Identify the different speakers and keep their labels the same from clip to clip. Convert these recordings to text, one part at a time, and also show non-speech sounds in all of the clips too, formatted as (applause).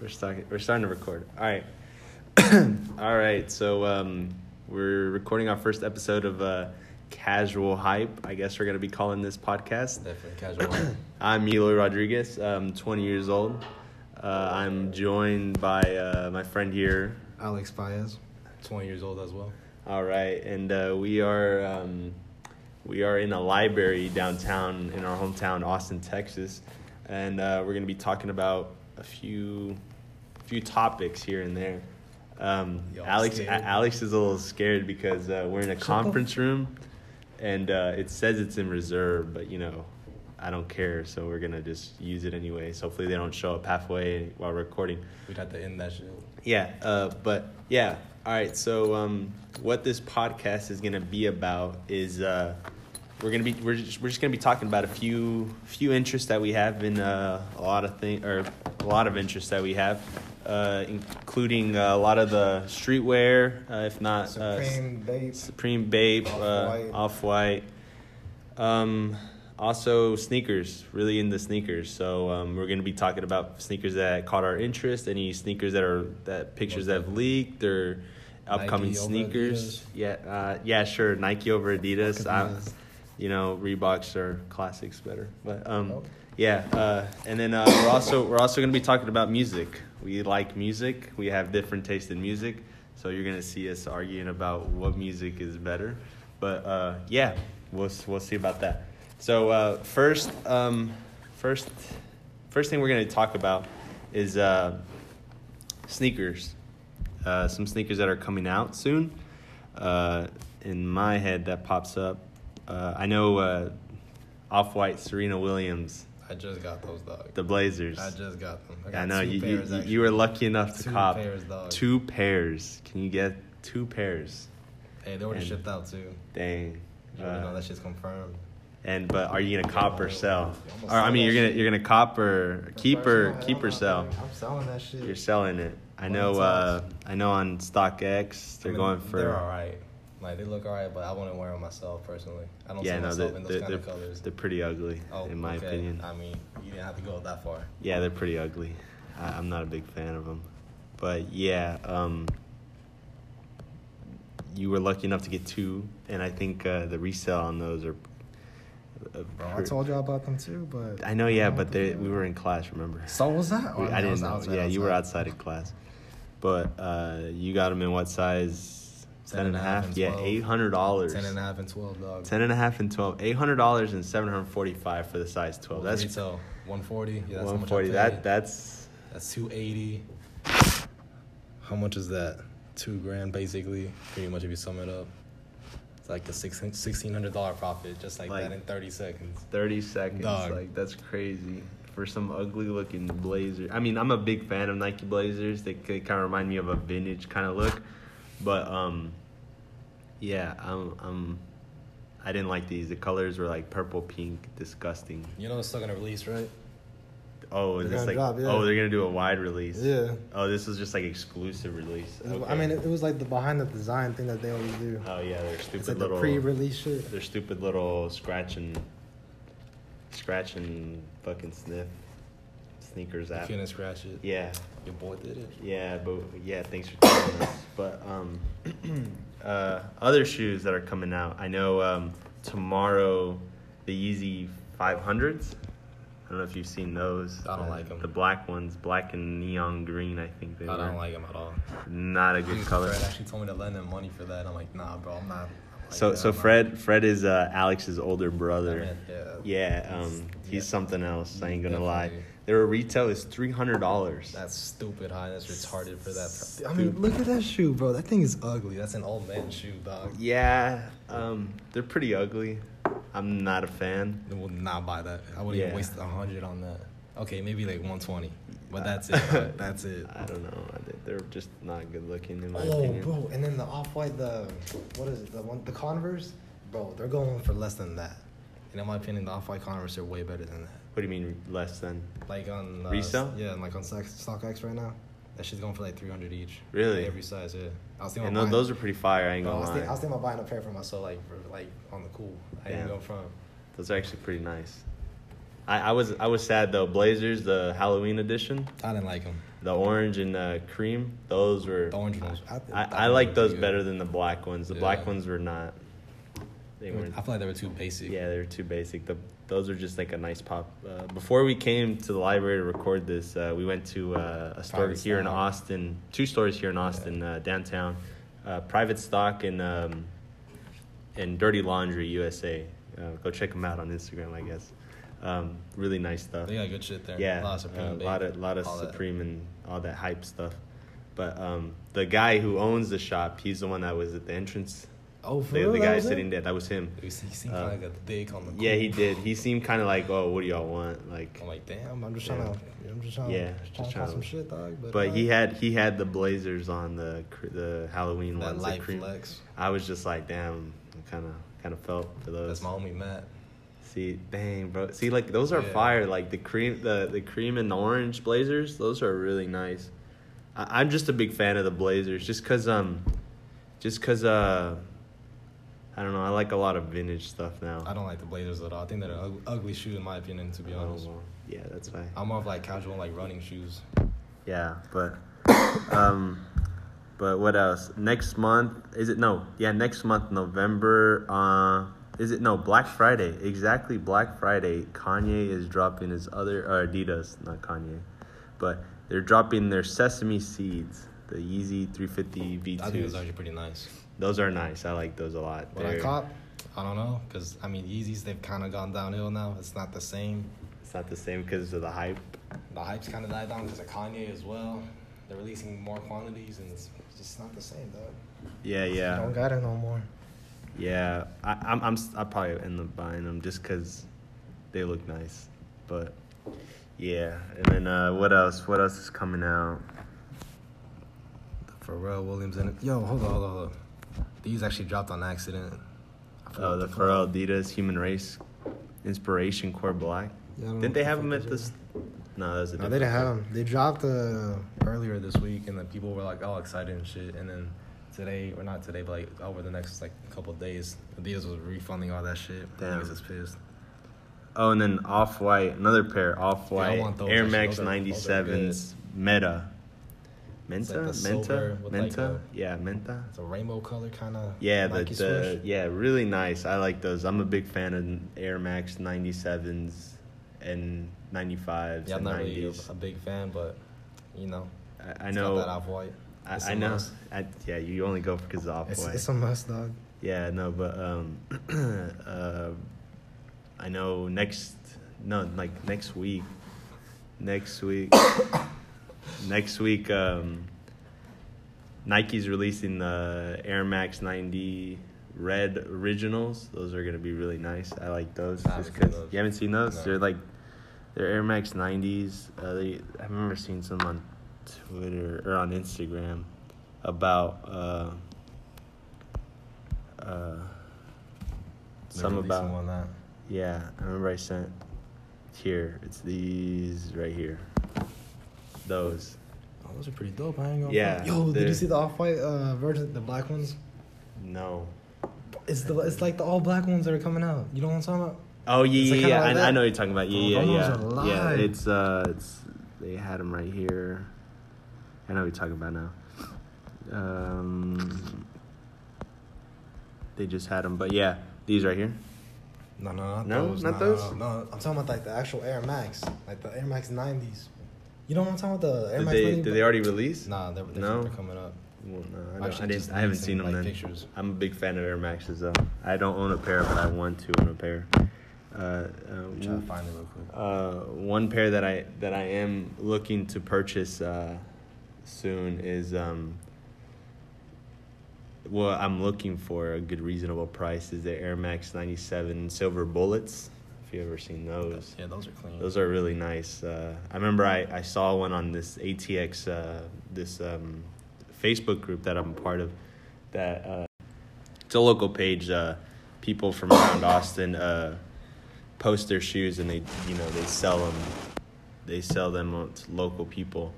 Speaker 1: We're starting. We're starting to record. All right. (clears throat) All right. So um, we're recording our first episode of uh, Casual Hype. I guess we're gonna be calling this podcast.
Speaker 2: Definitely casual.
Speaker 1: (clears throat) I'm Eloy Rodriguez. I'm 20 years old. Uh, I'm joined by uh, my friend here.
Speaker 3: Alex Baez.
Speaker 2: 20 years old as well.
Speaker 1: All right, and uh, we are um, we are in a library downtown in our hometown, Austin, Texas, and uh, we're gonna be talking about a few few topics here and there. Um,
Speaker 2: Y'all
Speaker 1: Alex
Speaker 2: scared?
Speaker 1: A- Alex is a little scared because uh, we're in a conference room, and uh, it says it's in reserve, but you know. I don't care, so we're gonna just use it anyways. Hopefully, they don't show up halfway while recording.
Speaker 2: We'd have to end that shit.
Speaker 1: Yeah, uh, but yeah. All right. So um, what this podcast is gonna be about is uh, we're gonna be we're just, we're just gonna be talking about a few few interests that we have in uh, a lot of thing or a lot of interests that we have, uh, including uh, a lot of the streetwear, uh, if not uh,
Speaker 3: Supreme Bates.
Speaker 1: Supreme Babe, uh,
Speaker 3: Off-White.
Speaker 1: off white. Um, also sneakers, really into sneakers. So um, we're gonna be talking about sneakers that caught our interest, any sneakers that are that pictures that have leaked or upcoming
Speaker 2: Nike over
Speaker 1: sneakers.
Speaker 2: Adidas.
Speaker 1: Yeah, uh, yeah, sure. Nike over Adidas. Uh,
Speaker 3: Look at
Speaker 1: I'm-
Speaker 3: this.
Speaker 1: you know, Reeboks are classics better, but um,
Speaker 3: Oh.
Speaker 1: yeah. Uh, and then uh, we're also we're also gonna be talking about music. We like music. We have different taste in music, so you're gonna see us arguing about what music is better. But uh, yeah, we'll s- we'll see about that. So uh, first, um, first, first thing we're gonna talk about is uh, sneakers. Uh, some sneakers that are coming out soon. Uh, in my head, that pops up. Uh, I know uh, Off White Serena Williams,
Speaker 2: I just got those, dog.
Speaker 1: the Blazers.
Speaker 2: I just got them. got
Speaker 1: I know
Speaker 2: two
Speaker 1: you,
Speaker 2: pairs,
Speaker 1: you,
Speaker 2: actually.
Speaker 1: you were lucky enough to
Speaker 2: Two
Speaker 1: cop
Speaker 2: pairs, dog.
Speaker 1: two pairs. Can you get two pairs?
Speaker 2: Hey, they already
Speaker 1: and-
Speaker 2: shipped out, too.
Speaker 1: Dang.
Speaker 2: You
Speaker 1: Uh,
Speaker 2: know, that shit's confirmed.
Speaker 1: and but are you gonna cop or sell?
Speaker 3: You almost
Speaker 1: Or I
Speaker 3: sold
Speaker 1: mean,
Speaker 3: that
Speaker 1: you're gonna
Speaker 3: shit.
Speaker 1: you're gonna cop or keep or
Speaker 3: Hell
Speaker 1: keep or
Speaker 3: no,
Speaker 1: sell.
Speaker 3: I'm selling that shit.
Speaker 1: You're selling it. I
Speaker 3: One
Speaker 1: know.
Speaker 3: times.
Speaker 1: Uh, I know on StockX they're
Speaker 2: I mean,
Speaker 1: going for.
Speaker 2: They're all right. Like, they look all right, but I wouldn't wear them myself, personally. I don't
Speaker 1: Yeah,
Speaker 2: see
Speaker 1: no,
Speaker 2: myself
Speaker 1: they're,
Speaker 2: in those
Speaker 1: they're,
Speaker 2: kind
Speaker 1: they're,
Speaker 2: of colors.
Speaker 1: they're pretty ugly,
Speaker 2: Oh,
Speaker 1: in my
Speaker 2: okay.
Speaker 1: opinion.
Speaker 2: I mean, you didn't have to go that far.
Speaker 1: Yeah, they're pretty ugly. I, I'm not a big fan of them, but yeah, um, you were lucky enough to get two, and I think uh, the resale on those are. uh,
Speaker 3: Bro, I
Speaker 1: per-
Speaker 3: told y'all about them too, but
Speaker 1: I know, yeah,
Speaker 3: don't
Speaker 1: but they
Speaker 2: (laughs)
Speaker 3: think-
Speaker 1: we were in class. Remember?
Speaker 3: So was that?
Speaker 1: We-
Speaker 3: Oh,
Speaker 1: I
Speaker 3: no,
Speaker 1: didn't
Speaker 3: was
Speaker 1: know.
Speaker 3: outside,
Speaker 1: yeah, you were
Speaker 3: outside.
Speaker 1: outside of class, but uh, you got them in what size? Ten and a half.
Speaker 2: and
Speaker 1: Yeah,
Speaker 2: 12.
Speaker 1: eight hundred dollars.
Speaker 2: 10 and a half and 12, dog.
Speaker 1: Ten and a half and twelve. Eight hundred dollars and seven hundred forty-five for the size
Speaker 2: What
Speaker 1: twelve.
Speaker 2: was
Speaker 1: That's
Speaker 2: retail. 140. Yeah, that's
Speaker 1: one
Speaker 2: 140.
Speaker 1: forty. That that's
Speaker 2: That's 280. How much is that? Two grand, basically. Pretty much, if you sum it up. It's like a sixteen hundred dollar profit, just like,
Speaker 1: Like-
Speaker 2: that in thirty seconds.
Speaker 1: thirty seconds.
Speaker 2: Dog.
Speaker 1: Like that's crazy for some ugly looking blazer. I mean, I'm a big fan of Nike blazers. They, they kind of remind me of a vintage kind of look, but um, yeah, I'm I'm I didn't like these. The colors were like purple, pink, disgusting.
Speaker 2: You know, it's still gonna release, right?
Speaker 1: Oh, is
Speaker 3: They're
Speaker 1: this
Speaker 3: gonna
Speaker 1: like
Speaker 3: drop, yeah.
Speaker 1: oh they're gonna do a wide release.
Speaker 3: Yeah.
Speaker 1: Oh, this was just like exclusive release.
Speaker 3: I
Speaker 1: Okay.
Speaker 3: mean, it, it was like the behind the design thing that they always do.
Speaker 1: oh yeah, they're stupid
Speaker 3: it's like
Speaker 1: little
Speaker 3: the pre-release shit.
Speaker 1: Their stupid little scratch and scratch and fucking sniff sneakers
Speaker 2: You
Speaker 1: app.
Speaker 2: couldn't scratch it.
Speaker 1: Yeah,
Speaker 2: Your boy did it.
Speaker 1: yeah, but yeah, thanks for telling us. But um, (clears throat) uh, other shoes that are coming out, I know um, tomorrow the Yeezy 500s. I don't know if you've seen those.
Speaker 2: I don't
Speaker 1: Uh,
Speaker 2: like 'em.
Speaker 1: The black ones, black and neon green, I think they
Speaker 2: I
Speaker 1: were.
Speaker 2: don't like him at all.
Speaker 1: Not a good
Speaker 2: Dude,
Speaker 1: color.
Speaker 2: Fred actually told me to lend him money for that. I'm like, nah, bro, I'm not. I'm like,
Speaker 1: so
Speaker 2: nah,
Speaker 1: so
Speaker 2: I'm not.
Speaker 1: Fred Fred is uh, Alex's older
Speaker 2: I
Speaker 1: brother.
Speaker 2: mean, yeah.
Speaker 1: Yeah, um, he's
Speaker 2: yeah.
Speaker 1: something else. I ain't gonna lie.
Speaker 2: Definitely.
Speaker 1: Their retail is three hundred dollars.
Speaker 2: That's stupid high. That's retarded for that.
Speaker 3: I mean, look at that shoe, bro. That thing is ugly.
Speaker 2: Dude, that's an old man shoe, dog.
Speaker 1: Yeah, um, they're pretty ugly. I'm not a fan.
Speaker 2: I would not buy that. I would not
Speaker 1: Yeah.
Speaker 2: even waste a hundred on that. Okay, maybe like one twenty, but that's
Speaker 3: (laughs)
Speaker 2: it. bro. that's it.
Speaker 1: I don't know. I think They're just not good looking in my
Speaker 3: Oh,
Speaker 1: opinion.
Speaker 3: bro, and then the off-white, the what is it? The one, the Converse, bro. They're going for
Speaker 2: For less than that, and in my opinion, the off white Converse are way better than that.
Speaker 1: What do you mean less than?
Speaker 2: Like on uh,
Speaker 1: Resale?
Speaker 2: Yeah, like on
Speaker 3: on
Speaker 2: sex.
Speaker 3: Stock- StockX right now.
Speaker 2: That shit's going for like three hundred each.
Speaker 1: Really?
Speaker 2: Every size, yeah. I was thinking.
Speaker 1: And tho-
Speaker 2: about buying-
Speaker 1: those are pretty fire. I ain't
Speaker 2: No,
Speaker 3: I
Speaker 1: gonna
Speaker 3: was,
Speaker 1: lie.
Speaker 3: think, I was thinking about buying a pair for
Speaker 2: So
Speaker 3: myself.
Speaker 2: like, for, like on the cool. I
Speaker 1: Damn.
Speaker 2: didn't go from.
Speaker 1: Those are actually pretty nice. I, I was I was sad though. Blazers, the Halloween edition,
Speaker 2: I didn't like them.
Speaker 1: the orange and uh, cream. Those were.
Speaker 2: The orange ones.
Speaker 3: I-
Speaker 1: I, I like those better than the black ones. The black
Speaker 2: Yeah.
Speaker 1: ones were not. They
Speaker 2: I
Speaker 1: weren't.
Speaker 2: feel like they were too basic.
Speaker 1: Yeah, they're too basic. The, those are just like a nice pop. Uh, before we came to the library to record this, uh, we went to uh, a store
Speaker 2: Private
Speaker 1: here in
Speaker 2: Stock.
Speaker 1: Austin, two stores here in Austin uh, downtown, uh, Private Stock and um, and Dirty Laundry USA. Uh, go check them out on Instagram, I guess. Um, really nice stuff.
Speaker 2: They got good shit there.
Speaker 1: Yeah,
Speaker 2: A lot of Supreme.
Speaker 1: uh,
Speaker 2: babe.
Speaker 1: lot of lot of
Speaker 2: All that.
Speaker 1: Supreme and all that hype stuff. But um, the guy who owns the shop, he's the one that was at the entrance.
Speaker 2: Oh, for
Speaker 1: The,
Speaker 2: real?
Speaker 1: the
Speaker 2: That
Speaker 1: guy
Speaker 2: was it?
Speaker 1: sitting there, that was him.
Speaker 2: He seemed
Speaker 1: Uh,
Speaker 2: kind of like a dick on the.
Speaker 1: Yeah,
Speaker 2: cool.
Speaker 1: he did. He seemed kind of like, oh, what do y'all want? Like,
Speaker 2: I'm like, damn.
Speaker 3: Damn,
Speaker 2: I'm
Speaker 3: I'm just
Speaker 1: Yeah.
Speaker 3: trying to. I'm just trying
Speaker 1: Yeah,
Speaker 3: to.
Speaker 1: just
Speaker 3: Just
Speaker 1: tryna-
Speaker 3: trying some shit, dog. But,
Speaker 1: but he
Speaker 3: uh,
Speaker 1: had he had the blazers on the cr- the Halloween
Speaker 2: that
Speaker 1: ones. the
Speaker 2: light
Speaker 1: cream.
Speaker 2: flex.
Speaker 1: I was just like, damn, kind of kind of felt for those.
Speaker 2: That's my homie Matt.
Speaker 1: See, dang, bro. See, like those are
Speaker 2: Yeah.
Speaker 1: fire. Like the cream, the the cream and the orange blazers. Those are really nice. I, I'm just a big fan of the blazers, just cause um, just cause uh, I don't know. I like a lot of vintage stuff now.
Speaker 2: I don't like the Blazers at all. I think they're an ug- ugly shoe in my opinion. To be
Speaker 1: I don't
Speaker 2: honest,
Speaker 1: know. Yeah, that's why.
Speaker 2: I'm more of like casual like running shoes.
Speaker 1: Yeah, but um but what else? Next month is it no, yeah, next month, November uh is it no Black Friday. Exactly Black Friday. Kanye is dropping his other or Adidas, not Kanye. But they're dropping their sesame seeds, the Yeezy three fifty V
Speaker 2: I think it's
Speaker 1: two.
Speaker 2: actually pretty nice.
Speaker 1: Those are nice. I like those a lot.
Speaker 2: What I
Speaker 1: They're-
Speaker 2: caught, I don't know, because I mean Yeezys they've kind of gone downhill now. It's not the same.
Speaker 1: It's not the same because of the hype.
Speaker 2: The hype's kind of died down because of Kanye as well. They're releasing more quantities and it's
Speaker 3: it's just not the same, dog.
Speaker 1: Yeah, yeah.
Speaker 2: Oh,
Speaker 3: Don't got it no more.
Speaker 1: Yeah, I, I'm, I'm, s- I probably end up buying them just because they look nice. But yeah, and then uh, what else? What else is coming out?
Speaker 2: Pharrell Williams in it. Yo, hold on, hold on, hold on. These actually dropped on accident. I forgot
Speaker 1: Oh,
Speaker 2: what
Speaker 1: the
Speaker 2: they're
Speaker 1: Pharrell
Speaker 2: called.
Speaker 1: Adidas Human Race Inspiration Core Black.
Speaker 2: Yeah, Mm, I don't know
Speaker 1: Didn't they
Speaker 2: what
Speaker 1: have
Speaker 2: the
Speaker 1: them
Speaker 2: fuck
Speaker 1: at
Speaker 2: those
Speaker 1: this? No, that was a
Speaker 2: No,
Speaker 1: different
Speaker 2: they didn't have
Speaker 1: pair.
Speaker 2: them. They dropped uh, earlier this week, and then people were like all excited and shit. And then today, or not today, but like over the next like couple of days, Adidas was refunding all that shit.
Speaker 1: Damn.
Speaker 2: Niggas is pissed.
Speaker 1: Oh, and then Off White, another pair, Off White
Speaker 2: want those,
Speaker 1: Air
Speaker 2: actually.
Speaker 1: Max
Speaker 2: Those are-
Speaker 1: ninety
Speaker 2: those are good.
Speaker 1: sevens Meta.
Speaker 2: It's like
Speaker 1: Menta,
Speaker 2: the silver
Speaker 1: Menta,
Speaker 2: with like
Speaker 1: Menta.
Speaker 2: a-
Speaker 1: Yeah, Menta.
Speaker 2: It's a rainbow color kind of.
Speaker 1: Yeah, the, the yeah, really nice. I like those. I'm a big fan of Air Max 97s and 95s
Speaker 2: Yeah, I'm
Speaker 1: and
Speaker 2: not really a,
Speaker 1: 90s.
Speaker 2: a big fan, but you know,
Speaker 1: I, I
Speaker 2: it's got
Speaker 1: know.
Speaker 2: that off white.
Speaker 1: I,
Speaker 2: It's
Speaker 1: I
Speaker 2: a
Speaker 1: know.
Speaker 2: must.
Speaker 1: I, yeah, you only go because of off
Speaker 3: It's,
Speaker 1: white.
Speaker 3: it's a must, dog.
Speaker 1: yeah, no, but um, (clears throat) uh, I know next no like next week, next week, (coughs) next week. Um, Nike's releasing the Air Max 90 Red Originals. Those are gonna be really nice. I like those.
Speaker 2: I haven't
Speaker 1: just
Speaker 2: seen
Speaker 1: 'cause-
Speaker 2: those.
Speaker 1: You haven't seen those?
Speaker 2: No.
Speaker 1: They're like they're Air Max 90s. Uh, they I remember seeing some on Twitter or on Instagram about uh, uh,
Speaker 2: They're
Speaker 1: some
Speaker 2: releasing
Speaker 1: about
Speaker 2: one that.
Speaker 1: yeah. I remember I sent here. It's these right here. Those.
Speaker 2: Oh, those are pretty dope. I ain't gonna.
Speaker 1: Yeah,
Speaker 2: front.
Speaker 3: Yo, did
Speaker 1: they're-
Speaker 3: you see the off white uh, version, the black ones?
Speaker 1: No.
Speaker 3: It's the it's like the all black ones that are coming out. You know what I'm talking about?
Speaker 1: Oh
Speaker 3: It's
Speaker 1: yeah, yeah,
Speaker 3: like kinda
Speaker 1: yeah.
Speaker 3: like
Speaker 1: I, I
Speaker 3: that.
Speaker 1: know what you're talking about. Yeah,
Speaker 3: Oh,
Speaker 1: yeah,
Speaker 3: those
Speaker 1: yeah.
Speaker 3: are
Speaker 1: Yeah,
Speaker 3: live.
Speaker 1: it's uh, it's they had them right here. I know what you're talking about now. Um, they just had them, but yeah, these right here.
Speaker 2: No, no, not
Speaker 1: No?
Speaker 2: those.
Speaker 1: Not
Speaker 2: no,
Speaker 1: those?
Speaker 2: No, no,
Speaker 3: No, I'm talking about like the actual Air Max, like the Air Max 90s. You know what I'm talking about? The Air
Speaker 1: Did
Speaker 3: Max
Speaker 1: they
Speaker 3: 90s?
Speaker 1: did they already release?
Speaker 2: Nah, they're, they're,
Speaker 1: No?
Speaker 2: they're coming up.
Speaker 1: Well, no, I, don't-
Speaker 2: Actually,
Speaker 1: I
Speaker 2: just
Speaker 1: didn't. I haven't
Speaker 2: releasing,
Speaker 1: seen them
Speaker 2: like,
Speaker 1: then.
Speaker 2: pictures.
Speaker 1: I'm a big fan of Air Maxes though. I don't own a pair, but I want to own a pair. Uh, uh,
Speaker 2: I'm trying to find it real quick.
Speaker 1: Uh, one pair that I that I am looking to purchase uh, soon is um, well, I'm looking for a good reasonable price is the Air Max 97 Silver Bullets. If you ever seen those,
Speaker 2: Yeah, those are clean.
Speaker 1: those are really nice. Uh, I remember I, I saw one on this ATX uh, this um, Facebook group that I'm a part of that uh, it's a local page. Uh, people from around Austin uh, post their shoes and they you know they sell them they sell them to local people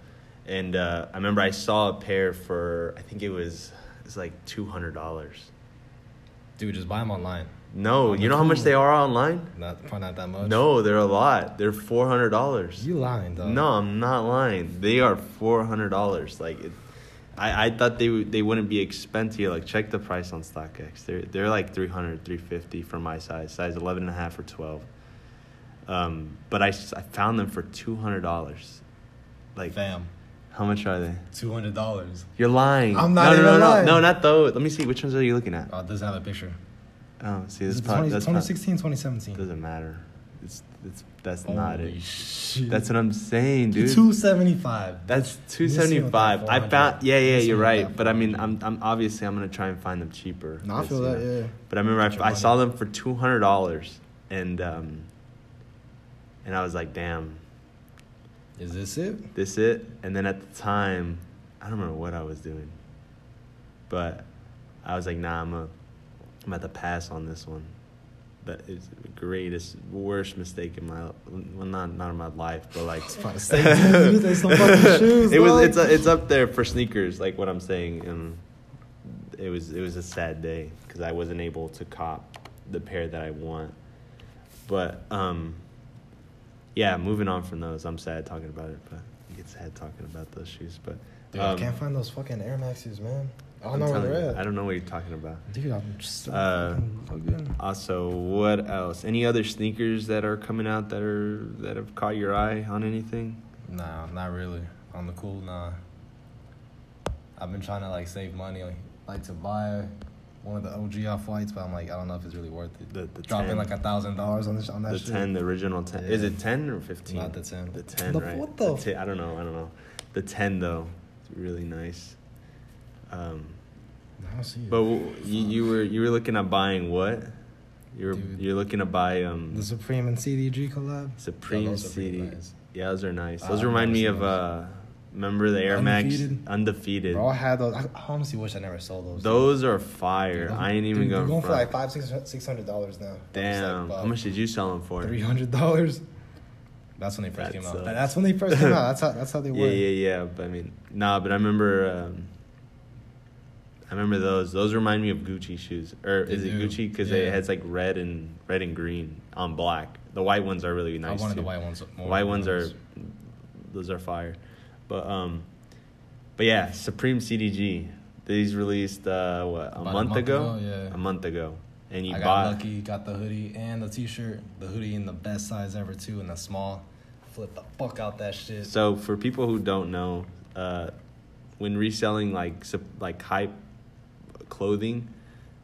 Speaker 1: and uh, I remember I saw a pair for I think it was it's like two hundred dollars.
Speaker 2: Dude, just buy them online.
Speaker 1: No, you know how much they are online?
Speaker 2: Not probably not that much.
Speaker 1: No, they're a lot. They're four hundred dollars.
Speaker 2: you lying though.
Speaker 1: No, I'm not lying. They are four hundred dollars. Like, it, I I thought they would they wouldn't be expensive. Like, check the price on StockX. They're they're like 300, 350 for my size, size 11 and a half or twelve. Um, but I, s- I found them for two hundred dollars. Like,
Speaker 2: fam,
Speaker 1: how much are they?
Speaker 2: two hundred dollars.
Speaker 1: You're lying.
Speaker 3: I'm not
Speaker 1: No, no,
Speaker 3: even
Speaker 1: no, no,
Speaker 3: lying.
Speaker 1: no, not those. Let me see. Which ones are you looking at?
Speaker 2: Oh, it doesn't have a picture.
Speaker 1: Oh, see,
Speaker 2: It's
Speaker 1: this
Speaker 2: 20,
Speaker 1: probably that's not,
Speaker 2: 2016, 2017.
Speaker 1: doesn't matter. It's it's that's not
Speaker 2: Holy
Speaker 1: it.
Speaker 2: shit.
Speaker 1: That's what I'm saying, dude.
Speaker 2: Two seventy five.
Speaker 1: That's two
Speaker 2: Missing
Speaker 1: seventy
Speaker 2: with that
Speaker 1: five. I
Speaker 2: 400.
Speaker 1: found yeah, yeah,
Speaker 2: Missing
Speaker 1: you're
Speaker 2: with
Speaker 1: right.
Speaker 2: that
Speaker 1: But I mean
Speaker 2: 400.
Speaker 1: I'm I'm obviously I'm gonna try and find them cheaper.
Speaker 3: No, I
Speaker 1: It's,
Speaker 3: feel
Speaker 1: you
Speaker 3: that,
Speaker 1: know.
Speaker 3: yeah.
Speaker 1: But I remember
Speaker 2: Get your
Speaker 1: I, I
Speaker 2: money.
Speaker 1: saw them for two hundred dollars and um and I was like, damn,
Speaker 2: Is
Speaker 1: (laughs)
Speaker 2: this it?
Speaker 1: this it? And then at the time I don't remember what I was doing. But I was like, nah, I'm a I'm at the pass on this one. That is the greatest worst mistake in my well not not in my life, but
Speaker 3: (laughs)
Speaker 1: like
Speaker 2: It's probably
Speaker 3: Say, dude, there's some
Speaker 1: (laughs)
Speaker 3: fucking shoes,
Speaker 1: it was
Speaker 3: dog.
Speaker 1: it's it's up there for sneakers, like what I'm saying. And it was it was a sad day because I wasn't able to cop the pair that I want. But um, yeah, moving on from those, I'm sad talking about it, but I get sad talking about those shoes. But
Speaker 2: Dude,
Speaker 3: I
Speaker 1: um,
Speaker 3: can't find those fucking Air Maxes, man. I don't
Speaker 1: I'm
Speaker 3: know where
Speaker 1: telling
Speaker 3: they're
Speaker 1: you,
Speaker 3: at.
Speaker 1: I don't know what you're talking about.
Speaker 2: Dude, I'm just
Speaker 1: Uh,
Speaker 2: fucking fucking-
Speaker 1: Also, what else? Any other sneakers that are coming out that are that have caught your eye on anything?
Speaker 2: Nah, not really. On the cool, nah. I've been trying to like save money, like, like to buy one of the OG off whites, but I'm like, I don't know if it's really worth it.
Speaker 1: The- the
Speaker 2: Dropping
Speaker 1: 10.
Speaker 2: like a thousand dollars on this on that
Speaker 1: the
Speaker 2: shit.
Speaker 1: 10 the original 10 is
Speaker 2: Yeah.
Speaker 1: it 10 or 15
Speaker 2: Not the 10.
Speaker 1: the 10
Speaker 3: The-
Speaker 1: right
Speaker 3: what the
Speaker 1: The 10 i don't know i don't know the 10 though it's really nice um
Speaker 2: I don't see it.
Speaker 1: but w- you, you were you were looking at buying what you're
Speaker 2: Dude.
Speaker 1: you're looking to buy um
Speaker 2: the Supreme and CDG collab.
Speaker 1: supreme
Speaker 2: Yeah, those are pretty
Speaker 1: cd
Speaker 2: nice.
Speaker 1: yeah those are nice
Speaker 2: Uh,
Speaker 1: those
Speaker 2: I've
Speaker 1: remind
Speaker 2: never
Speaker 1: me
Speaker 2: seen
Speaker 1: of
Speaker 2: those.
Speaker 1: uh remember the air max
Speaker 2: Undefeated.
Speaker 1: undefeated
Speaker 2: Bro, I had those. I honestly wish I never sold those.
Speaker 1: those are fire
Speaker 2: Dude,
Speaker 1: i ain't even
Speaker 2: dude,
Speaker 1: going,
Speaker 3: They're going
Speaker 1: front.
Speaker 3: for like five, six, six hundred dollars now.
Speaker 1: damn how much did you sell them for
Speaker 2: Three hundred dollars. That's when they first
Speaker 1: That
Speaker 2: came
Speaker 1: sucks.
Speaker 2: out. That- That's when they first came out. That's how. That's how
Speaker 1: (laughs)
Speaker 2: they
Speaker 1: Yeah,
Speaker 2: were.
Speaker 1: yeah, yeah. But I mean, nah. But I remember, um, I remember those. Those remind me of Gucci shoes, or
Speaker 2: They
Speaker 1: is it
Speaker 2: do,
Speaker 1: Gucci? Because they
Speaker 2: yeah.
Speaker 1: it has like red and red and green on black. The white ones are really nice.
Speaker 2: I wanted
Speaker 1: too.
Speaker 2: the white ones. More
Speaker 1: White
Speaker 2: than
Speaker 1: ones are
Speaker 2: those.
Speaker 1: those are fire, but um, but yeah, Supreme CDG. These released uh, what a
Speaker 2: About a
Speaker 1: month,
Speaker 2: month
Speaker 1: ago?
Speaker 2: ago, yeah.
Speaker 1: A month ago, and you
Speaker 2: I got
Speaker 1: bought.
Speaker 2: lucky, got the hoodie and the t-shirt. The hoodie in the best size ever too, and the small. Flip the fuck out that shit.
Speaker 1: So for people who don't know, uh, when reselling like sup- like hype clothing,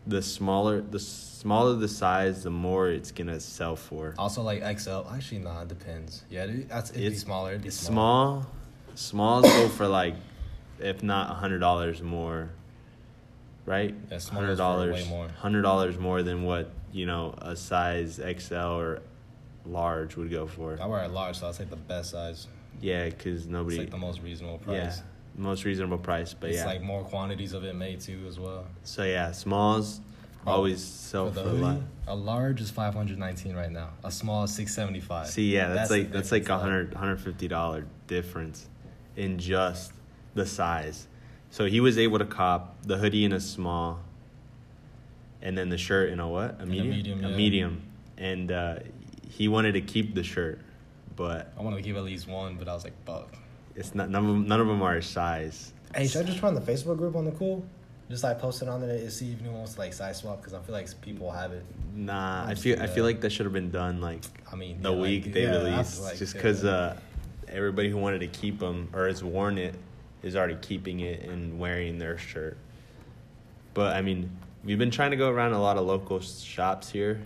Speaker 1: the smaller the smaller the size, the more it's gonna sell for.
Speaker 2: also like XL. Actually, nah, it depends. Yeah, it, that's it'd be
Speaker 1: It's-
Speaker 2: smaller. It'd be
Speaker 1: It's
Speaker 2: small.
Speaker 1: small, smalls go for like, if not a hundred dollars more, right?
Speaker 2: Yeah, smalls
Speaker 1: Hundred
Speaker 2: for
Speaker 1: dollars,
Speaker 2: way more.
Speaker 1: hundred dollars more than what you know a size XL or large would go for.
Speaker 2: I wear a large, so I'll take the best size.
Speaker 1: Yeah, because
Speaker 2: It's
Speaker 1: nobody.
Speaker 2: like the most reasonable
Speaker 1: yeah,
Speaker 2: price.
Speaker 1: most reasonable price, but
Speaker 2: it's
Speaker 1: yeah.
Speaker 2: like more quantities of it made too as well.
Speaker 1: So yeah, smalls always sell
Speaker 2: Oh, For
Speaker 1: for,
Speaker 2: the
Speaker 1: a lot.
Speaker 2: hoodie, a large is five hundred nineteen right now. A small is six seventy five.
Speaker 1: See, yeah, that's, like that's like a hundred
Speaker 2: hundred.
Speaker 1: hundred fifty dollar difference in just the size. So he was able to cop the hoodie in a small, and then the shirt in a what? A
Speaker 2: a
Speaker 1: medium.
Speaker 2: medium, yeah.
Speaker 1: medium. and uh, he wanted to keep the shirt, but
Speaker 2: I wanted to give at least one, but I was like, fuck.
Speaker 1: it's not none of them, none of them are his size.
Speaker 3: Hey, should I just run the Facebook group on the cool?
Speaker 2: Just like post it on there to see if anyone wants to like size swap because I feel like people have it.
Speaker 1: Nah, I
Speaker 2: Let's
Speaker 1: feel
Speaker 2: do
Speaker 1: I
Speaker 2: that.
Speaker 1: feel like that should have been done like
Speaker 2: I mean,
Speaker 1: the
Speaker 2: yeah, like,
Speaker 1: week they
Speaker 2: yeah, I
Speaker 1: released,
Speaker 2: feel like,
Speaker 1: just
Speaker 2: yeah.
Speaker 1: because uh, everybody who wanted to keep them or has worn it is already keeping it and wearing their shirt. But I mean, we've been trying to go around a lot of local s- shops here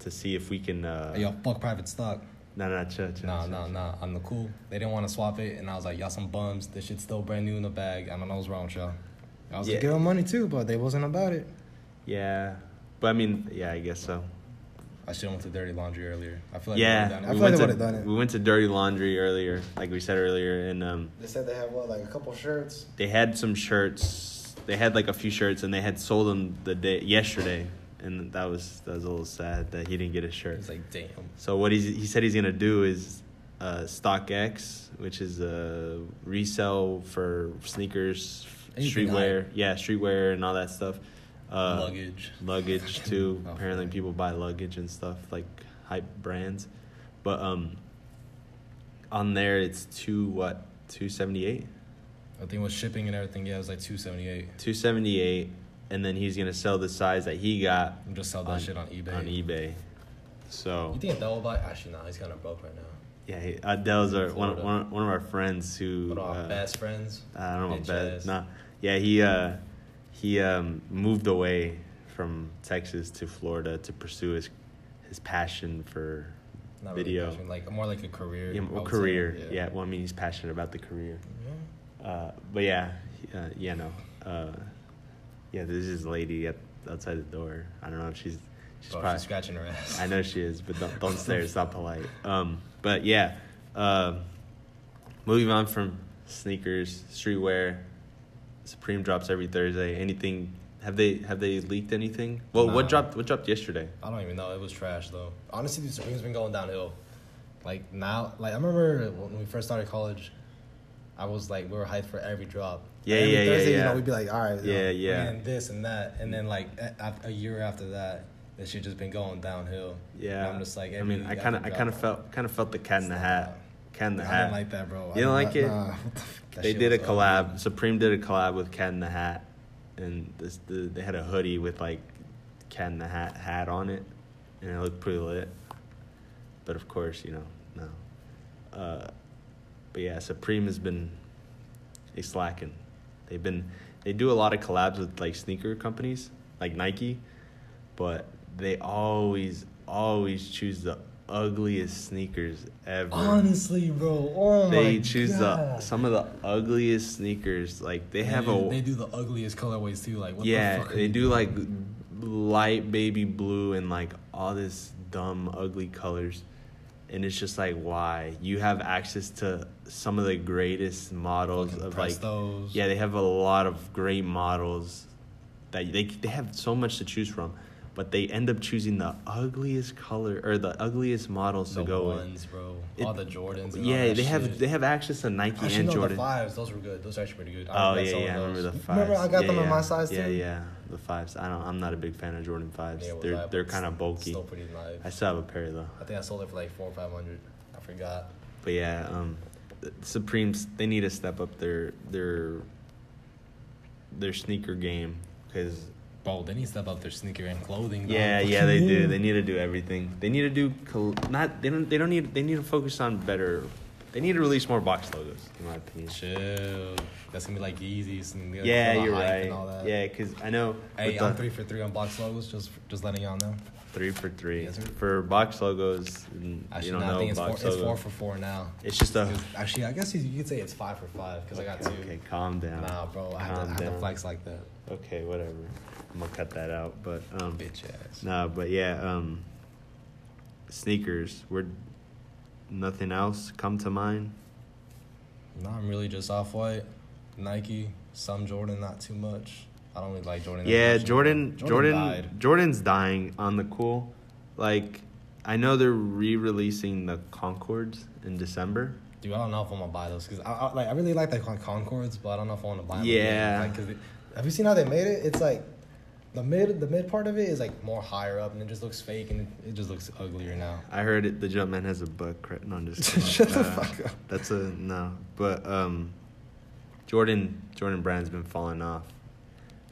Speaker 1: to see if we can. Uh,
Speaker 2: Hey, yo, fuck private stock.
Speaker 1: No, no, chill, chill,
Speaker 2: Nah,
Speaker 1: chill,
Speaker 2: nah,
Speaker 1: chill.
Speaker 2: nah. I'm the cool. They didn't want to swap it, and I was like, y'all some bums. This shit's still brand new in the bag. I don't know what's wrong with y'all. I was
Speaker 1: Yeah.
Speaker 2: like,
Speaker 3: Give them money too, but they wasn't about it.
Speaker 1: Yeah, but I mean, yeah, I guess so.
Speaker 2: I should have went to Dirty Laundry earlier. I feel like they would've
Speaker 1: Yeah,
Speaker 2: done
Speaker 1: we
Speaker 2: it.
Speaker 3: feel like
Speaker 1: went,
Speaker 3: they
Speaker 1: to,
Speaker 3: would've done it.
Speaker 1: we went to Dirty Laundry earlier, like we said earlier, and um,
Speaker 3: They said they have what, like a couple shirts.
Speaker 1: they had some shirts. They had like a few shirts, and they had sold them the day yesterday, and that was that was a little sad that he didn't get a
Speaker 2: It
Speaker 1: shirt.
Speaker 2: was like, damn.
Speaker 1: So what he's, he said he's gonna do is uh, StockX, which is a resell for sneakers,
Speaker 2: Anything
Speaker 1: streetwear,
Speaker 2: hype.
Speaker 1: yeah, streetwear and all that stuff. Uh,
Speaker 2: Luggage. (laughs)
Speaker 1: luggage too.
Speaker 2: Oh,
Speaker 1: Apparently,
Speaker 2: fuck.
Speaker 1: people buy luggage and stuff like hype brands, but um, on there it's two what two seventy eight,
Speaker 2: I think with shipping and everything, yeah, it was like two seventy eight.
Speaker 1: two seventy eight, and then he's gonna sell the size that he got
Speaker 2: I'm just sell that shit on eBay.
Speaker 1: On eBay, so
Speaker 2: You think that will buy? Actually, nah, he's kind of broke right now.
Speaker 1: yeah, he- Adele's our one,
Speaker 2: Florida.
Speaker 1: one one of our friends who
Speaker 2: But our
Speaker 1: uh,
Speaker 2: best friends.
Speaker 1: I don't know
Speaker 2: bitch
Speaker 1: about
Speaker 2: ass.
Speaker 1: nah. Yeah, he uh, he um, moved away from Texas to Florida to pursue his his passion for
Speaker 2: Not really
Speaker 1: video,
Speaker 2: passion, like more like a career.
Speaker 1: Yeah,
Speaker 2: I
Speaker 1: well,
Speaker 2: would say,
Speaker 1: career. Yeah. well, I mean, he's passionate about the career. Uh, but yeah, he- uh, yeah, no, uh, yeah. There's this lady at, outside the door. I don't know if she's she's
Speaker 2: Bro,
Speaker 1: probably
Speaker 2: Oh, she's scratching her ass.
Speaker 1: I know she is, but don't, don't stare. It's not polite. Um, but yeah, um, moving on from sneakers, streetwear. Supreme drops every Thursday. Anything? Have they have they leaked anything? Well,
Speaker 2: Nah.
Speaker 1: what dropped? What dropped yesterday?
Speaker 2: I don't even know. It was trash though. Honestly, the Supreme's been going downhill. Like now, like I remember when we first started college, I was like we were hyped for every drop.
Speaker 1: Yeah,
Speaker 2: Like, every
Speaker 1: yeah, yeah,
Speaker 2: Thursday,
Speaker 1: yeah.
Speaker 2: You know, we'd be like, all right, you
Speaker 1: Yeah,
Speaker 2: know,
Speaker 1: yeah.
Speaker 2: and this and that, and then like a, af- a year after that, that shit just been going downhill.
Speaker 1: Yeah,
Speaker 2: and I'm just like,
Speaker 1: I mean,
Speaker 2: every
Speaker 1: I kind of,
Speaker 2: after
Speaker 1: I
Speaker 2: drop,
Speaker 1: kind of felt, kind of felt the cat in the hat. Cat in the
Speaker 2: I
Speaker 1: hat.
Speaker 2: didn't like that, bro.
Speaker 1: You
Speaker 2: I
Speaker 1: didn't like it?
Speaker 2: Nah, what the fuck, that
Speaker 1: they
Speaker 2: shit
Speaker 1: did a
Speaker 2: was ugly.
Speaker 1: collab. Supreme did a collab with Cat in the Hat, and this the, they had a hoodie with like Cat in the Hat hat on it, and it looked pretty lit. But of course, you know, no. Uh, but yeah, Supreme has been they slacking. They've been they do a lot of collabs with like sneaker companies like Nike, but they always always choose the ugliest sneakers ever
Speaker 2: Honestly, bro. Oh my
Speaker 1: they choose the
Speaker 2: God.
Speaker 1: some of the ugliest sneakers. Like they
Speaker 2: They
Speaker 1: have
Speaker 2: do-
Speaker 1: a
Speaker 2: They do the ugliest colorways too. Like what
Speaker 1: yeah,
Speaker 2: the fuck are
Speaker 1: they
Speaker 2: you
Speaker 1: do
Speaker 2: doing?
Speaker 1: like light baby blue and like all this dumb ugly colors, and it's just like why you have access to some of the greatest models
Speaker 2: Fucking
Speaker 1: of like
Speaker 2: Prestos.
Speaker 1: yeah they have a lot of great models that they they have so much to choose from. But they end up choosing the ugliest color or the ugliest models
Speaker 2: the
Speaker 1: to go with.
Speaker 2: ones, bro. all
Speaker 1: It-
Speaker 2: the Jordans. And
Speaker 1: Yeah,
Speaker 2: all that
Speaker 1: they have
Speaker 2: shit.
Speaker 1: they have access to Nike
Speaker 2: Actually,
Speaker 1: and
Speaker 2: no,
Speaker 1: Jordan.
Speaker 2: the fives. Those were good. Those are actually pretty good.
Speaker 1: Oh
Speaker 2: got
Speaker 1: yeah,
Speaker 2: some of
Speaker 1: yeah, I
Speaker 2: those.
Speaker 1: remember the fives.
Speaker 2: Remember, I got
Speaker 1: yeah,
Speaker 2: them
Speaker 1: yeah.
Speaker 2: in my size
Speaker 1: Yeah,
Speaker 2: too.
Speaker 1: yeah, the fives. I don't. I'm not a big fan of Jordan fives.
Speaker 2: Yeah, well,
Speaker 1: they're
Speaker 2: that
Speaker 1: they're
Speaker 2: was
Speaker 1: kind of bulky.
Speaker 2: Still pretty nice.
Speaker 1: I still have a pair though.
Speaker 2: I think I sold it for like four or five hundred. I forgot.
Speaker 1: But yeah, um, Supremes they need to step up their their their sneaker game because
Speaker 2: Bro, they need to step up their sneaker and clothing. dog.
Speaker 1: yeah,
Speaker 2: What
Speaker 1: yeah,
Speaker 2: you
Speaker 1: they do.
Speaker 2: mean?
Speaker 1: They need to do everything. They need to do col- not. They don't. They don't need. They need to focus on better. They need to release more box logos, in my opinion.
Speaker 2: (laughs) Chill. That's gonna be like Yeezys and they're gonna
Speaker 1: Yeah,
Speaker 2: feel the
Speaker 1: you're
Speaker 2: hype
Speaker 1: right.
Speaker 2: And all that.
Speaker 1: Yeah, because I know.
Speaker 2: Hey,
Speaker 1: with
Speaker 2: I'm
Speaker 1: the-
Speaker 2: three for three on box logos. Just just letting y'all know.
Speaker 1: Three for three.
Speaker 2: Yes, sir.
Speaker 1: for box logos, and
Speaker 2: Actually,
Speaker 1: you don't
Speaker 2: no, I think
Speaker 1: know
Speaker 2: it's four,
Speaker 1: box
Speaker 2: it's
Speaker 1: logo.
Speaker 2: four for four now.
Speaker 1: It's just a.
Speaker 2: 'Cause Actually, I guess you- you could say it's five for five because I got two.
Speaker 1: Okay, calm down.
Speaker 2: Nah, bro, I had, to, I
Speaker 1: Calm
Speaker 2: had to
Speaker 1: down.
Speaker 2: flex like that.
Speaker 1: Okay, whatever. I'm gonna cut that out, but um,
Speaker 2: Bitch ass.
Speaker 1: nah, but yeah, um, sneakers. We're nothing else come to mind.
Speaker 2: No, I'm really just off white, Nike, some Jordan, not too much. I don't really like Jordan. that
Speaker 1: Yeah,
Speaker 2: much
Speaker 1: Jordan,
Speaker 2: anymore.
Speaker 1: Jordan,
Speaker 2: died.
Speaker 1: Jordan's dying on the cool. Like, I know they're re-releasing the Concords in December.
Speaker 2: Dude, I don't know if I'm gonna buy those because I, I like I really like the Con- Concords, but I don't know if I want to buy them.
Speaker 1: Yeah.
Speaker 2: Like, 'cause they- have you seen how they made it? It's like the mid the mid part of it is like more higher up, and it just looks fake, and it, it just looks
Speaker 1: (laughs)
Speaker 2: uglier now. (laughs)
Speaker 1: I heard it, the Jumpman has a butt crack. No, I'm just kidding.
Speaker 2: Shut the fuck up.
Speaker 1: That's a no. But um, Jordan Jordan Brand's been falling off.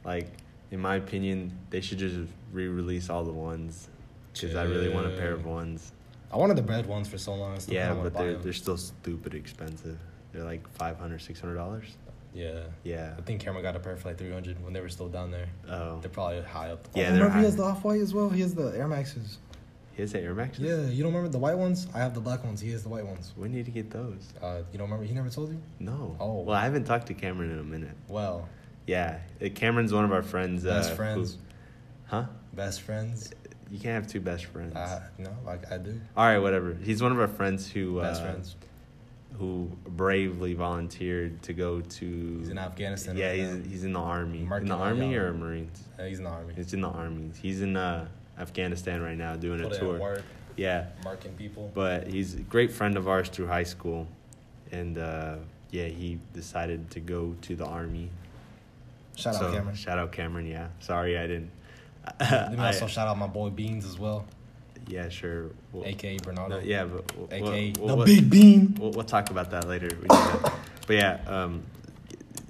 Speaker 1: Like in my opinion, they should just re-release all the ones because I really want a pair of
Speaker 2: Chill.
Speaker 1: ones.
Speaker 2: I wanted the bread ones for so long. I still
Speaker 1: Yeah,
Speaker 2: kinda wanna
Speaker 1: but
Speaker 2: buy
Speaker 1: they're
Speaker 2: them.
Speaker 1: they're still stupid expensive. They're like five hundred, six hundred dollars.
Speaker 2: yeah.
Speaker 1: Yeah.
Speaker 2: I think Cameron got a pair for like 300 when they were still down there.
Speaker 1: Oh,
Speaker 2: They're probably high up.
Speaker 1: Yeah,
Speaker 2: Oh,
Speaker 1: they're
Speaker 2: remember
Speaker 1: high.
Speaker 2: he has the off white as well. He has the Air Maxes.
Speaker 1: he has the Air Max.
Speaker 2: Yeah, you don't remember the white ones? I have the black ones. He has the white ones.
Speaker 1: We need to get those.
Speaker 2: Uh, you don't remember? He never told you?
Speaker 1: No.
Speaker 2: Oh.
Speaker 1: Well, I haven't talked to Cameron in a minute.
Speaker 2: Well,
Speaker 1: Yeah, uh, Cameron's one of our friends. Uh,
Speaker 2: Best
Speaker 1: who-
Speaker 2: friends.
Speaker 1: huh?
Speaker 2: best friends.
Speaker 1: You can't have two best friends.
Speaker 2: I, no, like I do.
Speaker 1: All right, whatever. He's one of our friends who
Speaker 2: best
Speaker 1: uh,
Speaker 2: friends.
Speaker 1: who bravely volunteered to go to.
Speaker 2: He's in Afghanistan.
Speaker 1: Yeah,
Speaker 2: right
Speaker 1: he's
Speaker 2: now.
Speaker 1: he's in the army.
Speaker 2: Marking
Speaker 1: in the
Speaker 2: all
Speaker 1: army
Speaker 2: y'all.
Speaker 1: or Marines?
Speaker 2: Uh, he's in the army.
Speaker 1: He's in the army. He's in uh, Afghanistan right now doing
Speaker 2: Put
Speaker 1: a
Speaker 2: it in
Speaker 1: tour.
Speaker 2: work,
Speaker 1: Yeah,
Speaker 2: marking people.
Speaker 1: but he's a great friend of ours through high school, and uh, yeah, he decided to go to the army.
Speaker 3: Shout out
Speaker 1: So,
Speaker 3: Cameron.
Speaker 1: Shout out Cameron. Yeah, sorry I didn't.
Speaker 2: (laughs) Let me also
Speaker 1: I-
Speaker 2: shout out my boy Beans as well,
Speaker 1: yeah, sure. Well,
Speaker 2: aka Bernardo.
Speaker 1: no, yeah, but we'll,
Speaker 2: AKA
Speaker 1: we'll-
Speaker 3: the
Speaker 1: we'll-
Speaker 3: Big Bean.
Speaker 1: We'll, we'll talk about that later. We need to- but yeah, um,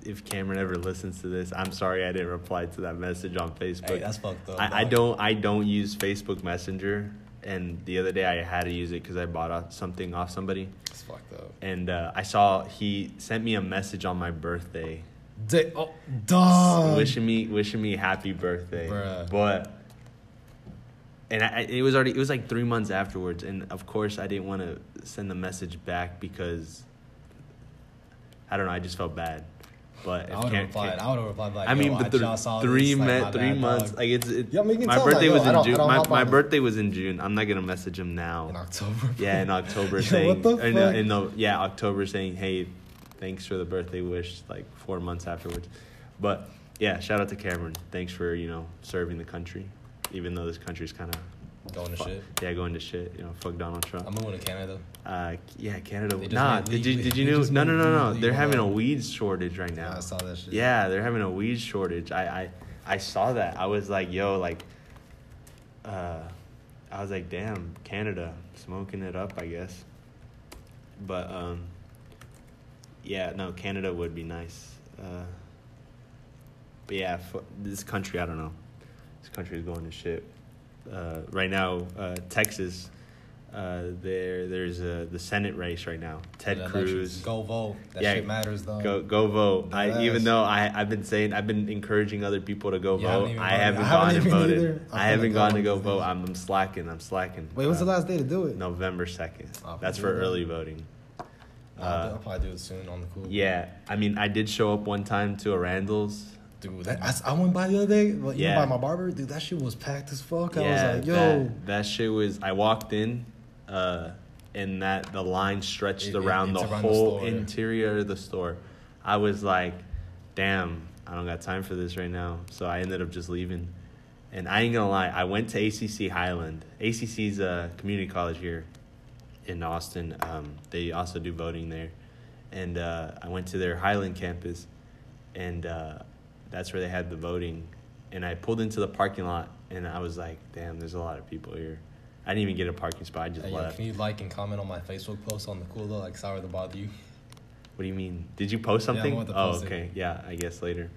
Speaker 1: if Cameron ever listens to this, I'm sorry I didn't reply to that message on Facebook.
Speaker 2: Hey, that's fucked up.
Speaker 1: I, I
Speaker 2: dog.
Speaker 1: don't I don't use Facebook Messenger, and the other day I had to use it because I bought off something off somebody,
Speaker 2: It's fucked up.
Speaker 1: and uh, I saw he sent me a message on my birthday,
Speaker 2: Da- oh,
Speaker 3: Dog.
Speaker 1: wishing me wishing me happy birthday,
Speaker 2: Bruh.
Speaker 1: but. And I, I- it was already it was like three months afterwards, and of course I didn't want to send the message back because I don't know I just felt bad. But if
Speaker 2: I would
Speaker 1: Cam-
Speaker 2: have
Speaker 1: Cam-
Speaker 2: replied. I would have replied like,
Speaker 1: I mean,
Speaker 2: yo,
Speaker 1: but
Speaker 2: I just
Speaker 1: the
Speaker 2: saw
Speaker 1: three
Speaker 2: this, like,
Speaker 1: ma-
Speaker 2: my
Speaker 1: three
Speaker 2: bad,
Speaker 1: months.
Speaker 2: dog,
Speaker 1: Like it's it,
Speaker 3: Yeah, I mean, you can
Speaker 1: my
Speaker 3: tell that,
Speaker 1: birthday
Speaker 3: yo,
Speaker 1: was
Speaker 3: I
Speaker 1: in
Speaker 3: don't- I
Speaker 1: June.
Speaker 3: don't
Speaker 1: My,
Speaker 3: hop
Speaker 1: my
Speaker 3: on it.
Speaker 1: birthday was in June. I'm not gonna message him
Speaker 2: in
Speaker 1: now.
Speaker 2: (laughs) October.
Speaker 1: Yeah, in October
Speaker 2: Yo,
Speaker 1: saying
Speaker 2: what the
Speaker 1: or no,
Speaker 2: fuck?
Speaker 1: in the yeah October saying hey, thanks for the birthday wish. Like four months afterwards, but yeah, shout out to Cameron. Thanks for you know serving the country, even though this country's kind of
Speaker 2: Going to shit.
Speaker 1: yeah going to shit. You know, fuck Donald Trump.
Speaker 2: I'm moving to Canada.
Speaker 1: Uh, yeah, Canada.
Speaker 2: Um, They just
Speaker 1: Nah,
Speaker 2: made
Speaker 1: did
Speaker 2: weed-
Speaker 1: you did you
Speaker 2: they
Speaker 1: know?
Speaker 2: just
Speaker 1: No, no,
Speaker 2: made
Speaker 1: no, no.
Speaker 2: weed
Speaker 1: They're having a
Speaker 2: legal.
Speaker 1: weed shortage right now.
Speaker 2: Yeah, I saw that shit.
Speaker 1: Yeah, they're having a weed shortage. I I, I saw that. I was like, yo, like, uh, I was like, damn, Canada smoking it up, I guess. But um, yeah, no, Canada would be nice. Uh, but yeah, fu this country, I don't know. This country is going to shit. Uh, right now, uh, Texas, uh, there there's uh the Senate race right now. Ted
Speaker 2: The elections.
Speaker 1: Cruz
Speaker 2: Go vote. That
Speaker 1: Yeah,
Speaker 2: shit matters though.
Speaker 1: go go vote. I even
Speaker 3: Yes.
Speaker 1: though I I've been saying I've been encouraging other people to go
Speaker 2: You haven't
Speaker 1: vote.
Speaker 2: even
Speaker 1: I
Speaker 2: voted.
Speaker 1: haven't
Speaker 3: I
Speaker 1: gone and
Speaker 3: haven't even
Speaker 1: voted.
Speaker 3: either.
Speaker 1: I
Speaker 3: I'm
Speaker 1: haven't gone
Speaker 3: gonna go
Speaker 1: to go
Speaker 3: these
Speaker 1: vote.
Speaker 3: days.
Speaker 1: I'm, I'm slacking. I'm slacking.
Speaker 3: Wait, when's the
Speaker 1: Uh,
Speaker 3: last day to do it?
Speaker 1: November second.
Speaker 2: Oh,
Speaker 1: That's for
Speaker 2: yeah.
Speaker 1: early voting.
Speaker 2: I'll, do-
Speaker 1: Uh,
Speaker 2: I'll probably do it soon on the cool.
Speaker 1: yeah, I mean I did show up one time to a Randall's.
Speaker 2: Dude, that, I, s- I went by the other day. Like,
Speaker 1: Yeah.
Speaker 2: You know, by my barber. Dude, that shit was packed as fuck. I
Speaker 1: yeah,
Speaker 2: was like, yo.
Speaker 1: that, that shit was. I walked in, uh, and that the line stretched
Speaker 2: It- it-
Speaker 1: around
Speaker 2: it's
Speaker 1: the
Speaker 2: around the
Speaker 1: whole
Speaker 2: store.
Speaker 1: interior of the store. I was like, damn, I don't got time for this right now. So I ended up just leaving. And I ain't gonna lie, I went to ACC Highland. ACC's a community college here in Austin. Um, they also do voting there, and uh, I went to their Highland campus, and uh, that's where they had the voting. And I pulled into the parking lot, and I was like, "Damn, there's a lot of people here." I didn't even get a parking spot. I just
Speaker 2: Hey, yo,
Speaker 1: left.
Speaker 2: can you like and comment on my Facebook post on the cool though? Like, sorry to bother you.
Speaker 1: What do you mean? Did you post
Speaker 2: Yeah, I
Speaker 1: something?
Speaker 2: wanted to
Speaker 1: oh,
Speaker 2: post it.
Speaker 1: okay. Yeah, I guess later.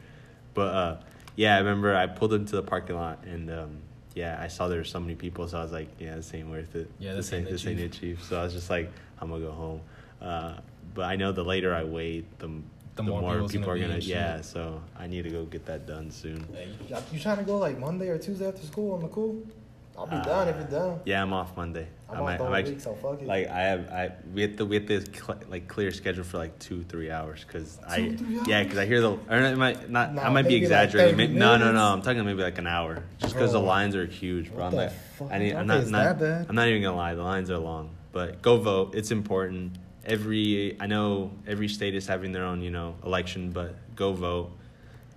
Speaker 1: But uh, yeah, I remember I pulled into the parking lot, and um, yeah, I saw there were so many people, so I was like, "Yeah, this ain't worth it.
Speaker 2: Yeah,
Speaker 1: this
Speaker 2: this ain't
Speaker 1: ain't
Speaker 2: it,
Speaker 1: this ain't it,
Speaker 2: Chief.
Speaker 1: chief." So I was just like, "I'm gonna go home." Uh, but I know the later I wait, the the, more,
Speaker 2: people's
Speaker 1: people
Speaker 2: gonna
Speaker 1: are
Speaker 2: be
Speaker 1: gonna.
Speaker 2: and shit.
Speaker 1: Yeah, so I need to go get that done soon.
Speaker 2: Hey, you-
Speaker 3: You- You trying to go like Monday or Tuesday after school on the cool? I'll be
Speaker 1: Uh,
Speaker 3: down if you're down.
Speaker 1: Yeah, I'm off Monday.
Speaker 3: I'm off the whole
Speaker 1: actu-
Speaker 3: week, so fuck it.
Speaker 1: Like I have, I we have to we have this cl- like clear schedule for like two three hours because I
Speaker 3: three
Speaker 1: yeah because I hear the or it might not I
Speaker 3: Nah,
Speaker 1: might be
Speaker 3: maybe like
Speaker 1: exaggerating.
Speaker 3: 30
Speaker 1: Ma- no no no,
Speaker 3: minutes.
Speaker 1: I'm talking maybe like an hour just because the
Speaker 3: Bro.
Speaker 1: lines are huge, bro.
Speaker 3: What
Speaker 1: I'm
Speaker 3: the
Speaker 1: like,
Speaker 3: fuck?
Speaker 1: I need, I'm
Speaker 3: Okay,
Speaker 1: not
Speaker 3: it's
Speaker 1: not
Speaker 3: that bad?
Speaker 1: I'm not even gonna lie, the lines are long, but go vote. It's important. Every I know every state is having their own you know election, but go vote.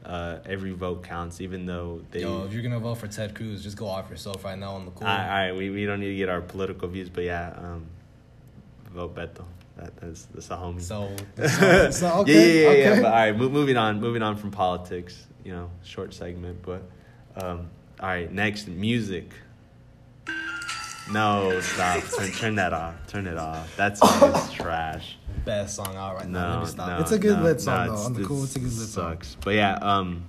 Speaker 1: Uh, every vote counts, even though they.
Speaker 2: yo, if you're gonna vote for Ted Cruz, just go off yourself right now on the cool.
Speaker 1: All right, all right we, we don't need to get our political views, but yeah, um, vote Beto. That, that's that's a homie. (laughs)
Speaker 2: So,
Speaker 3: So- so,
Speaker 1: Yeah,
Speaker 3: okay,
Speaker 1: yeah, yeah, yeah.
Speaker 3: okay.
Speaker 1: But all right, mo- moving on, moving on from politics. You know, short segment, but um, all right, next music. No,
Speaker 3: (laughs)
Speaker 1: stop. Turn, turn that off. Turn it off. That song is trash.
Speaker 2: best song out right now. Let
Speaker 1: No,
Speaker 2: me stop.
Speaker 1: no,
Speaker 3: It's a good
Speaker 1: no,
Speaker 3: lit song,
Speaker 1: no,
Speaker 3: though. On the cool, it's a good lit song.
Speaker 1: sucks. But yeah, um,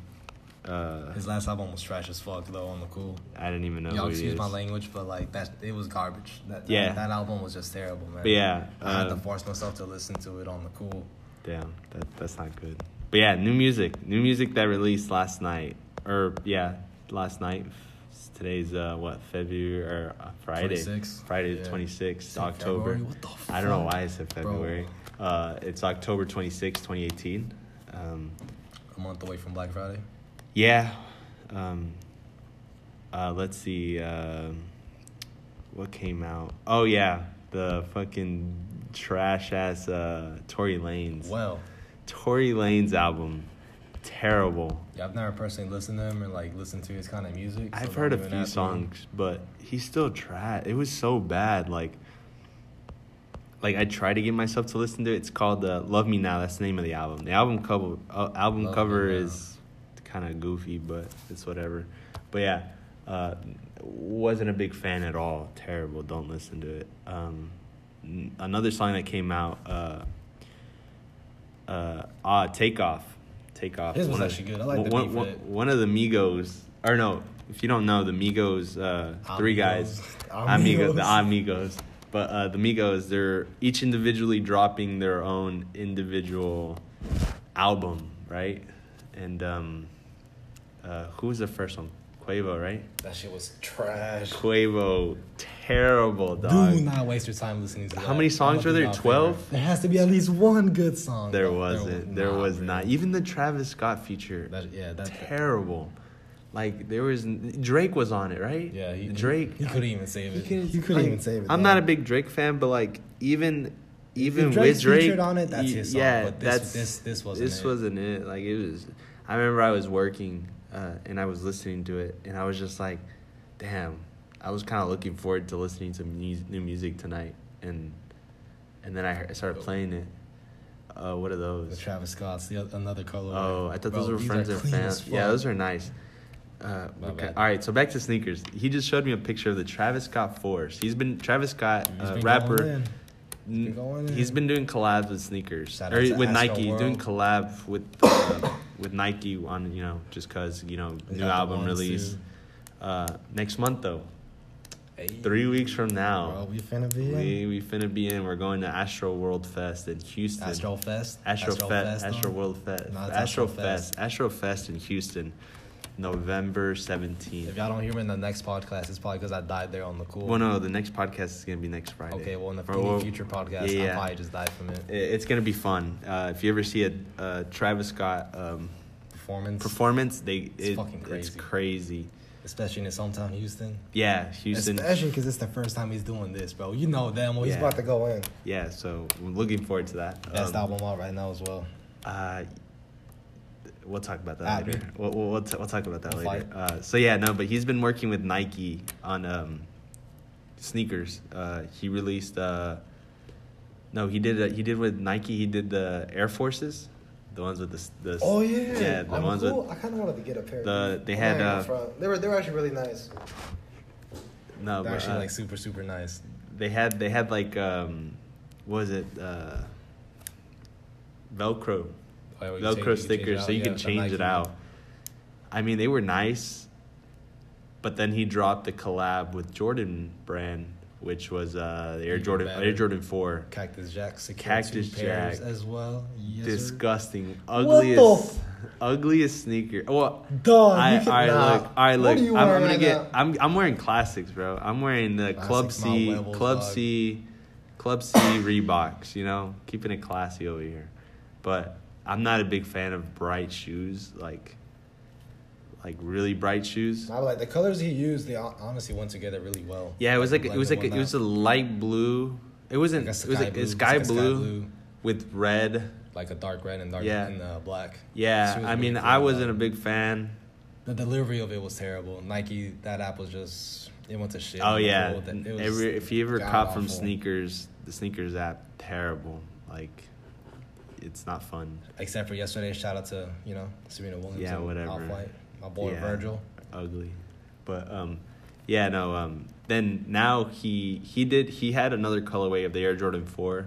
Speaker 1: uh,
Speaker 2: His last album was trash as fuck though on the cool.
Speaker 1: I didn't even know.
Speaker 2: Y'all
Speaker 1: who he
Speaker 2: excuse
Speaker 1: is.
Speaker 2: my language, but like that, it was garbage. That,
Speaker 1: Yeah.
Speaker 2: that, album was just terrible, man.
Speaker 1: But yeah,
Speaker 2: I had to
Speaker 1: uh,
Speaker 2: force myself to listen to it on the cool.
Speaker 1: Damn, that that's not good. But yeah, new music, new music that released last night, or yeah, last night. Today's uh what February or uh, Friday,
Speaker 2: 26th.
Speaker 1: Friday the
Speaker 2: Yeah.
Speaker 1: twenty sixth,
Speaker 2: Said
Speaker 1: October.
Speaker 2: February? What the
Speaker 1: I don't know
Speaker 2: fuck?
Speaker 1: why I said
Speaker 2: Bro.
Speaker 1: February. Uh, it's October twenty sixth, twenty eighteen. Um,
Speaker 2: A month away from Black Friday.
Speaker 1: yeah. Um, uh, let's see. Um, what came out? Oh yeah, the fucking trash ass uh Tory Lanez.
Speaker 2: Well,
Speaker 1: Tory Lane's album, terrible.
Speaker 2: Yeah, I've never personally listened to him or like listened to his kind of music. so
Speaker 1: I've
Speaker 2: don't
Speaker 1: heard a
Speaker 2: even
Speaker 1: few
Speaker 2: ask me.
Speaker 1: songs, but he still tried. It was so bad. Like, like I tried to get myself to listen to it. It's called uh, "Love Me Now." That's the name of the album. The album cover, uh, album
Speaker 2: Love Me
Speaker 1: cover
Speaker 2: Now.
Speaker 1: is kind of goofy, but it's whatever. But yeah, uh, wasn't a big fan at all. Terrible. Don't listen to it. Um, n- another song that came out, uh, uh, ah, take off, take off.
Speaker 2: His was
Speaker 1: One of-
Speaker 2: actually good. I like the
Speaker 1: one,
Speaker 2: beat for
Speaker 1: one-
Speaker 2: it.
Speaker 1: one of the Migos, or no, if you don't know, the Migos, uh, three guys, (laughs)
Speaker 2: Amigos.
Speaker 1: Amigos, the Amigos. But uh, the Migos, they're each individually dropping their own individual album, right? And um, uh, who was the first one? Quavo, right?
Speaker 2: That shit was trash.
Speaker 1: Quavo, terrible dog.
Speaker 2: Do not waste your time listening to that.
Speaker 1: How many songs
Speaker 2: That
Speaker 1: were there?
Speaker 2: was not
Speaker 1: 12?
Speaker 2: fair. There has to be at least one good song.
Speaker 1: There wasn't. There was
Speaker 2: bro.
Speaker 1: not. Even the Travis Scott feature.
Speaker 2: That- yeah, that-
Speaker 1: terrible. Like there was n- Drake was on it, right?
Speaker 2: Yeah, he,
Speaker 1: Drake.
Speaker 2: He couldn't even save
Speaker 3: He
Speaker 2: it.
Speaker 3: couldn't-
Speaker 2: He
Speaker 3: couldn't
Speaker 2: couldn't
Speaker 3: even save it.
Speaker 1: I'm not a big Drake fan, but like even even
Speaker 3: Drake's
Speaker 1: with Drake
Speaker 3: featured on it,
Speaker 2: that's
Speaker 1: y-
Speaker 2: his song,
Speaker 1: Yeah,
Speaker 2: but this-
Speaker 1: that's
Speaker 2: this- this wasn't
Speaker 1: This
Speaker 2: it.
Speaker 1: wasn't it. Like it was. I remember I was working uh, and I was listening to it, and I was just like, "Damn!" I was kind of looking forward to listening to mu- new music tonight, and and then I heard- started playing it. Uh, what are
Speaker 2: The
Speaker 1: those?
Speaker 2: Travis Scott's the oth- another color.
Speaker 1: Oh, I thought those were friends and fans. Yeah, those are nice. Uh,
Speaker 2: My
Speaker 1: okay.
Speaker 2: bad.
Speaker 1: All right, so back to sneakers. He just showed me a picture of the Travis Scott Force. He's been Travis Scott,
Speaker 2: He's
Speaker 1: uh,
Speaker 2: been
Speaker 1: rapper.
Speaker 2: going in.
Speaker 1: n-
Speaker 2: been going
Speaker 1: he's
Speaker 2: in.
Speaker 1: been doing collabs with sneakers
Speaker 2: Shout
Speaker 1: or
Speaker 2: out to
Speaker 1: with
Speaker 2: Astro
Speaker 1: Nike. He's doing
Speaker 2: World.
Speaker 1: collab with uh, (coughs) with Nike on you know just cause you know
Speaker 2: They
Speaker 1: new
Speaker 2: got the
Speaker 1: album
Speaker 2: ones,
Speaker 1: release
Speaker 2: too.
Speaker 1: uh, next month though.
Speaker 2: Hey,
Speaker 1: Three weeks from
Speaker 2: Bro,
Speaker 1: now,
Speaker 2: we finna be in.
Speaker 1: we we finna be in. We're going to Astro World Fest in Houston.
Speaker 2: Astro Fest.
Speaker 1: Astro, Fest,
Speaker 2: on?
Speaker 1: Astro World Fest,
Speaker 2: No, it's
Speaker 1: Astro
Speaker 2: Astro
Speaker 1: Fest,
Speaker 2: Fest.
Speaker 1: Astro Fest in Houston, November
Speaker 2: If
Speaker 1: seventeenth.
Speaker 2: y'all don't hear me in the next podcast, it's probably because I died there on the cool.
Speaker 1: Well, no, the next podcast is gonna be next Friday.
Speaker 2: Okay, well, in the
Speaker 1: Or, well,
Speaker 2: future podcast,
Speaker 1: yeah, yeah.
Speaker 2: I probably just died from it.
Speaker 1: I- It's gonna be fun. Uh, if you ever see a, a Travis Scott um,
Speaker 2: Performance,
Speaker 1: performance, they
Speaker 2: It's
Speaker 1: it-
Speaker 2: fucking
Speaker 1: It's
Speaker 2: crazy.
Speaker 1: crazy.
Speaker 2: especially in his hometown, Houston.
Speaker 1: Yeah, Houston.
Speaker 2: Especially because it's the first time he's doing this, bro. You know damn well he's
Speaker 1: Yeah.
Speaker 2: about
Speaker 3: about to go in.
Speaker 1: Yeah, so I'm looking forward to that.
Speaker 2: to best
Speaker 1: Um,
Speaker 2: album out right now as well.
Speaker 1: Uh, we'll talk about that
Speaker 2: At me.
Speaker 1: later. We'll, we'll, we'll, t- we'll talk about that
Speaker 2: We'll
Speaker 1: later.
Speaker 2: fight.
Speaker 1: Uh, so yeah, no, but he's been working with Nike on um, sneakers. Uh, he released. Uh, no, he did. A, he did with Nike. He did the Air Forces, the ones with the. s- the s-
Speaker 3: Oh yeah,
Speaker 1: Yeah, the
Speaker 3: I'm
Speaker 1: ones
Speaker 3: cool.
Speaker 1: with
Speaker 3: I kind of wanted to get a pair.
Speaker 1: the- they
Speaker 3: I'm
Speaker 1: had,
Speaker 3: not gonna
Speaker 1: uh,
Speaker 3: front. they were they were actually really nice.
Speaker 1: no,
Speaker 2: They're
Speaker 1: but,
Speaker 2: actually
Speaker 1: uh,
Speaker 2: like super, super nice.
Speaker 1: they had they had like um, what was it uh, Velcro
Speaker 2: Oh, yeah, we can change-
Speaker 1: Velcro
Speaker 2: we can change it
Speaker 1: stickers, so
Speaker 2: out.
Speaker 1: you
Speaker 2: Yeah,
Speaker 1: can
Speaker 2: the
Speaker 1: change it
Speaker 2: Nike.
Speaker 1: out. I mean, they were nice, but then he dropped the collab with Jordan Brand, which was uh, the Air
Speaker 2: Even
Speaker 1: Jordan
Speaker 2: better.
Speaker 1: Air Jordan Four.
Speaker 2: Cactus Jack, secured
Speaker 1: Cactus
Speaker 2: two pairs
Speaker 1: Jack.
Speaker 2: as well. Yes, sir.
Speaker 1: Disgusting,
Speaker 3: What the
Speaker 1: ugliest,
Speaker 3: f-
Speaker 1: ugliest sneaker. Well,
Speaker 3: Dog,
Speaker 1: I,
Speaker 3: you can-
Speaker 1: all right,
Speaker 3: nah.
Speaker 1: look, all right,
Speaker 3: What
Speaker 1: look.
Speaker 3: are you
Speaker 1: I'm, I'm
Speaker 3: wearing
Speaker 1: gonna
Speaker 3: right
Speaker 1: get.
Speaker 3: now?
Speaker 1: I'm I'm wearing classics, bro. I'm wearing the Club
Speaker 2: Classics, my
Speaker 1: C,
Speaker 2: Webbles,
Speaker 1: Club
Speaker 2: dog.
Speaker 1: C, Club C Reeboks. You know, keeping it classy over here. But I'm not a big fan of bright shoes, like, like really bright shoes.
Speaker 2: I like the colors he used. They hon- honestly went together really well.
Speaker 1: Yeah, it was like it
Speaker 2: blended
Speaker 1: was like a,
Speaker 2: one
Speaker 1: it was a
Speaker 2: out.
Speaker 1: light blue. It wasn't.
Speaker 2: Like
Speaker 1: It was like
Speaker 2: a sky blue.
Speaker 1: a
Speaker 2: It's
Speaker 1: sky
Speaker 2: like a sky
Speaker 1: blue
Speaker 2: blue.
Speaker 1: with red.
Speaker 2: like a dark red and dark
Speaker 1: Yeah.
Speaker 2: and uh, black.
Speaker 1: Yeah,
Speaker 2: She was
Speaker 1: I mean,
Speaker 2: really
Speaker 1: I
Speaker 2: cool.
Speaker 1: wasn't a big fan.
Speaker 2: The delivery of it was terrible. Nike, that app was just it went to shit.
Speaker 1: Oh
Speaker 2: It was
Speaker 1: yeah,
Speaker 2: old. It was
Speaker 1: Every, if you ever cop from
Speaker 2: god-awful.
Speaker 1: sneakers, the sneakers app terrible. Like, it's not fun.
Speaker 2: Except for yesterday, shout out to you know Serena Williams.
Speaker 1: Yeah,
Speaker 2: and
Speaker 1: whatever.
Speaker 2: Off-White, my boy
Speaker 1: Yeah,
Speaker 2: Virgil.
Speaker 1: Ugly, but um, yeah, no. Um, then now he he did he had another colorway of the Air Jordan Four,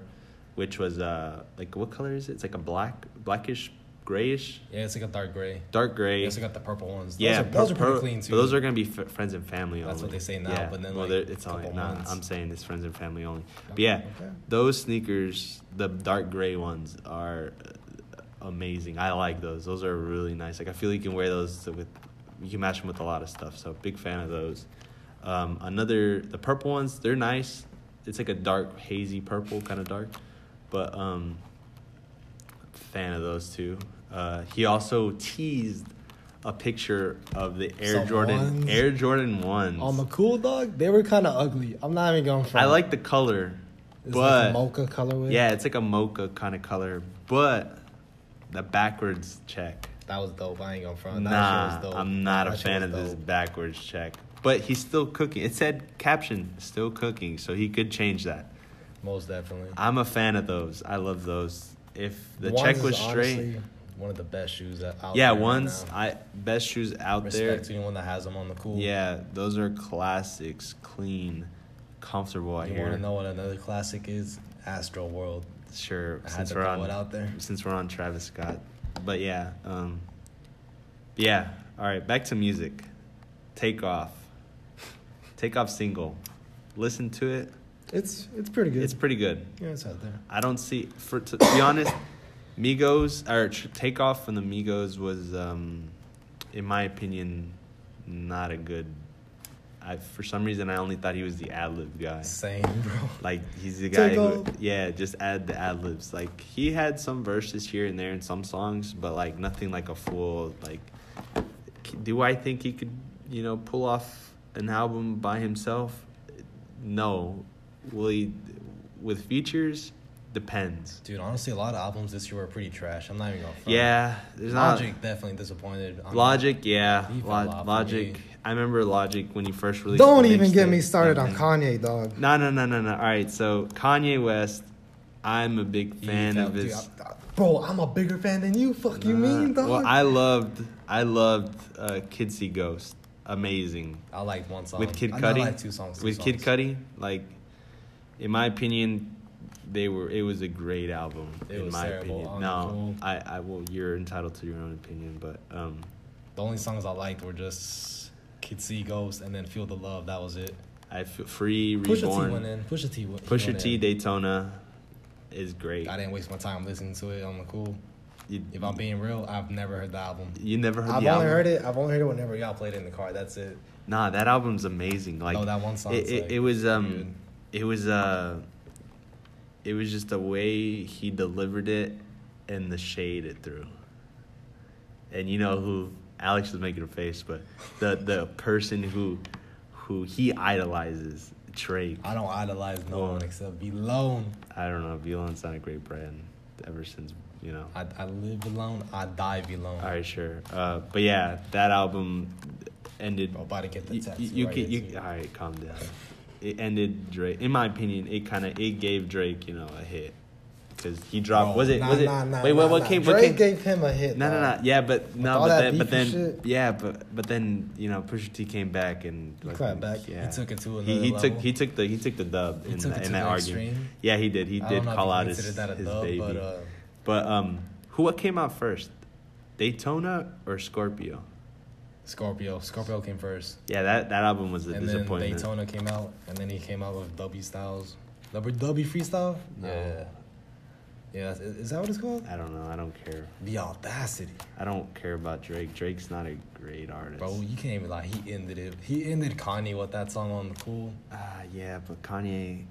Speaker 1: which was uh like what color is it? It's like a black blackish grayish
Speaker 2: Yeah, it's like a dark gray.
Speaker 1: dark
Speaker 2: They
Speaker 1: gray.
Speaker 2: also got the purple ones. Those
Speaker 1: yeah,
Speaker 2: are, those are
Speaker 1: per-
Speaker 2: pretty
Speaker 1: per-
Speaker 2: clean too.
Speaker 1: But those are gonna be f- friends and family only.
Speaker 2: That's what they say now, but then,
Speaker 1: well,
Speaker 2: like,
Speaker 1: they're- it's
Speaker 2: couple
Speaker 1: only nah.
Speaker 2: months.
Speaker 1: I'm saying it's friends and family only. But
Speaker 2: Okay,
Speaker 1: yeah,
Speaker 2: okay.
Speaker 1: those sneakers, the dark gray ones, are uh, amazing. I like those. Those are really nice. Like I feel you can wear those with, you can match them with a lot of stuff. So big fan of those. Um, another the purple ones, they're nice. It's like a dark hazy purple, kind of dark, but um, fan of those two. Uh, he also teased a picture of the Air
Speaker 2: Some
Speaker 1: Jordan
Speaker 2: ones. Oh
Speaker 1: Air Jordan ones.
Speaker 2: on the cool dog. They were kind of ugly. I'm not even going for.
Speaker 1: I like the color,
Speaker 2: it's
Speaker 1: but
Speaker 2: like mocha colorway.
Speaker 1: yeah, it's like a mocha kind of color, but the backwards check.
Speaker 2: that was dope. I ain't gonna front. That shit
Speaker 1: Nah,
Speaker 2: was dope.
Speaker 1: I'm not a
Speaker 2: That shit
Speaker 1: fan of
Speaker 2: was
Speaker 1: this
Speaker 2: dope.
Speaker 1: backwards check. But he's still cooking. It said caption, still cooking, so he could change that.
Speaker 2: Most definitely.
Speaker 1: I'm a fan of those. I love those. If the
Speaker 2: Ones
Speaker 1: check
Speaker 2: is
Speaker 1: was straight,
Speaker 2: honestly One of the best shoes that out
Speaker 1: yeah,
Speaker 2: there right
Speaker 1: ones
Speaker 2: now.
Speaker 1: I best shoes out
Speaker 2: Respect to
Speaker 1: there.
Speaker 2: anyone that has them on the cool.
Speaker 1: Yeah, those are classics, clean, comfortable. I
Speaker 2: You
Speaker 1: hear.
Speaker 2: want to know what another classic is? Astro World.
Speaker 1: Sure.
Speaker 2: I had
Speaker 1: since
Speaker 2: to
Speaker 1: we're
Speaker 2: throw
Speaker 1: on
Speaker 2: it out there.
Speaker 1: since we're on Travis Scott, but yeah, um, yeah. All right, back to music. Take off. Take off single. Listen to it.
Speaker 3: It's it's pretty good.
Speaker 1: It's pretty good.
Speaker 3: yeah, it's out there.
Speaker 1: I don't see for to be honest, Migos or tr- Takeoff from the Migos was, um, in my opinion, not a good. I for some reason I only thought he was the ad lib guy.
Speaker 2: Same, (laughs) bro.
Speaker 1: Like he's the guy who,
Speaker 3: Takeoff.
Speaker 1: yeah, just add the ad libs. Like he had some verses here and there in some songs, but like nothing like a full like. c- Do I think he could, you know, pull off an album by himself? No. Will he with features? Depends.
Speaker 2: Dude, honestly, a lot of albums this year were pretty trash. I'm not even gonna. Front.
Speaker 1: Yeah, there's not
Speaker 2: Logic definitely disappointed. I'm-
Speaker 1: Logic. Yeah,
Speaker 2: He fell
Speaker 1: Lo-
Speaker 2: off for
Speaker 1: Logic.
Speaker 2: me.
Speaker 1: I remember Logic when he first released.
Speaker 3: Don't
Speaker 1: the
Speaker 3: even get
Speaker 1: mixtape
Speaker 3: me started on
Speaker 1: and-
Speaker 3: Kanye, dog.
Speaker 1: No, no, no, no, no. All right, so Kanye West, I'm a big
Speaker 2: he
Speaker 1: fan
Speaker 2: fell-
Speaker 1: of
Speaker 2: dude,
Speaker 1: his.
Speaker 2: I- I-
Speaker 3: Bro, I'm a bigger fan than you. Fuck you,
Speaker 1: Nah.
Speaker 3: mean dog.
Speaker 1: Well, I loved, I loved uh, Kid See Ghost. Amazing
Speaker 2: I like one song
Speaker 1: with Kid
Speaker 2: I know I
Speaker 1: Cudi.
Speaker 2: like two songs. two
Speaker 1: with Kid
Speaker 2: songs.
Speaker 1: Cudi, like, in my opinion, they were. It was a great album.
Speaker 2: It
Speaker 1: in
Speaker 2: was
Speaker 1: my
Speaker 2: terrible
Speaker 1: opinion,
Speaker 2: on the
Speaker 1: no,
Speaker 2: whole.
Speaker 1: I, I will. You're entitled to your own opinion, but um,
Speaker 2: The only songs I liked were just Kid See Ghost and then Feel the Love. That was it.
Speaker 1: I feel free
Speaker 2: Pusha T
Speaker 1: reborn.
Speaker 2: went in. Pusha T went. he
Speaker 1: Pusha
Speaker 2: went
Speaker 1: T
Speaker 2: in.
Speaker 1: Daytona is great.
Speaker 2: I didn't waste my time listening to it on the cool.
Speaker 1: You,
Speaker 2: If I'm being real, I've never heard the album.
Speaker 1: you never heard
Speaker 2: I've
Speaker 1: the
Speaker 2: only
Speaker 1: album?
Speaker 2: heard it. I've only heard it whenever y'all played it in the car. That's it.
Speaker 1: Nah, that album's amazing. Like
Speaker 2: No, Oh, that one song's,
Speaker 1: It, it,
Speaker 2: like,
Speaker 1: it was um,
Speaker 2: good.
Speaker 1: it was uh, it was just the way he delivered it and the shade it threw. And you know who Alex was making a face, but the the person who who he idolizes, Drake.
Speaker 2: I don't idolize no
Speaker 1: Well-
Speaker 2: one except be alone.
Speaker 1: I don't know. Elon's not a great brand ever since you know.
Speaker 2: I, I live alone. I die alone.
Speaker 1: All right, sure. Uh, but yeah, that album ended.
Speaker 2: Bro, about to get the
Speaker 1: you,
Speaker 2: tattoo
Speaker 1: you, you
Speaker 2: right
Speaker 1: can-
Speaker 2: here,
Speaker 1: you-
Speaker 2: too.
Speaker 1: all right, calm down. It ended Drake. In my opinion, it kind of it gave Drake, you know, a hit because he dropped.
Speaker 2: Bro,
Speaker 1: was it?
Speaker 3: Oh, Nah,
Speaker 1: was it?
Speaker 3: nah, nah,
Speaker 1: wait, what?
Speaker 3: nah,
Speaker 1: What
Speaker 3: nah.
Speaker 1: came?
Speaker 3: Drake
Speaker 1: what came?
Speaker 3: gave him a hit.
Speaker 1: no, no,
Speaker 3: dog.
Speaker 1: no. Yeah, but no,
Speaker 3: all
Speaker 1: but
Speaker 3: that
Speaker 1: then, but
Speaker 3: beef and
Speaker 1: then,
Speaker 3: shit.
Speaker 1: yeah, but but then, you know, Pusha T came back and
Speaker 3: He
Speaker 1: like,
Speaker 3: clapped back.
Speaker 1: Yeah.
Speaker 2: He took it to
Speaker 1: He,
Speaker 2: another
Speaker 1: he took
Speaker 2: level.
Speaker 1: he took the he took the dub
Speaker 2: He
Speaker 1: in,
Speaker 2: took
Speaker 1: the,
Speaker 2: it
Speaker 1: in
Speaker 2: to
Speaker 1: that
Speaker 2: the
Speaker 1: argument.
Speaker 2: extreme.
Speaker 1: Yeah, he did. He
Speaker 2: I
Speaker 1: did
Speaker 2: don't know if
Speaker 1: call
Speaker 2: you
Speaker 1: out his,
Speaker 2: consider that a
Speaker 1: his
Speaker 2: dub,
Speaker 1: baby.
Speaker 2: But, uh,
Speaker 1: But um, who what came out first, Daytona or Scorpio?
Speaker 2: Scorpio. Scorpio came first.
Speaker 1: Yeah, that, that album was a
Speaker 2: and then
Speaker 1: disappointment.
Speaker 2: Daytona came out, and then he came out with W Styles. W W Freestyle?
Speaker 1: No.
Speaker 2: Yeah. Yeah, is, is that what it's called?
Speaker 1: I don't know. I don't care.
Speaker 2: The Audacity.
Speaker 1: I don't care about Drake. Drake's not a great artist.
Speaker 2: Bro, you can't even lie. He ended it. He ended Kanye with that song on the cool.
Speaker 1: Ah, yeah, but Kanye.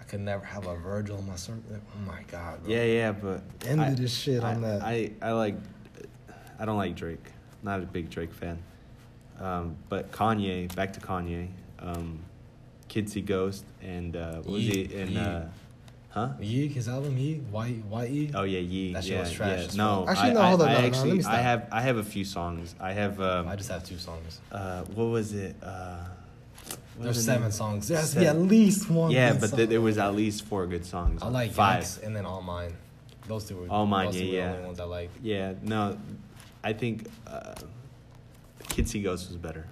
Speaker 2: I could never have a Virgil in my circle. Oh my God, bro.
Speaker 1: Yeah, yeah, but
Speaker 3: Ended
Speaker 1: I-
Speaker 3: his shit
Speaker 1: I,
Speaker 3: on that.
Speaker 1: I, I like. I don't like Drake. Not a big Drake fan. Um, but Kanye. Back to Kanye. Um, Kidsy Ghost and uh, what was
Speaker 2: Ye-
Speaker 1: he and
Speaker 2: Ye.
Speaker 1: uh, huh?
Speaker 2: Yeek, his album Yeek, Y Y E.
Speaker 1: Oh yeah, Ye.
Speaker 2: That shit
Speaker 1: yeah,
Speaker 2: was trash
Speaker 1: yeah.
Speaker 2: as
Speaker 1: No, actually,
Speaker 2: fuck.
Speaker 3: Actually,
Speaker 1: I,
Speaker 3: no,
Speaker 1: I,
Speaker 3: hold on,
Speaker 1: I
Speaker 3: no, no, let
Speaker 1: actually,
Speaker 3: me stop.
Speaker 1: I have I have a few songs. I have um,
Speaker 2: I just have two songs.
Speaker 1: uh, what was it? Uh, what
Speaker 2: There's
Speaker 1: was the name?
Speaker 2: seven songs. There has to be at
Speaker 1: Seven.
Speaker 2: least one.
Speaker 1: Yeah,
Speaker 2: good
Speaker 1: but
Speaker 2: song.
Speaker 1: th- there was at least four good songs.
Speaker 2: I like
Speaker 1: five.
Speaker 2: Yikes and then All Mine. Those two were
Speaker 1: All Mine,
Speaker 2: those two
Speaker 1: yeah,
Speaker 2: were
Speaker 1: yeah.
Speaker 2: the only ones I like.
Speaker 1: Yeah, no, I think uh, Kid See Ghost was better.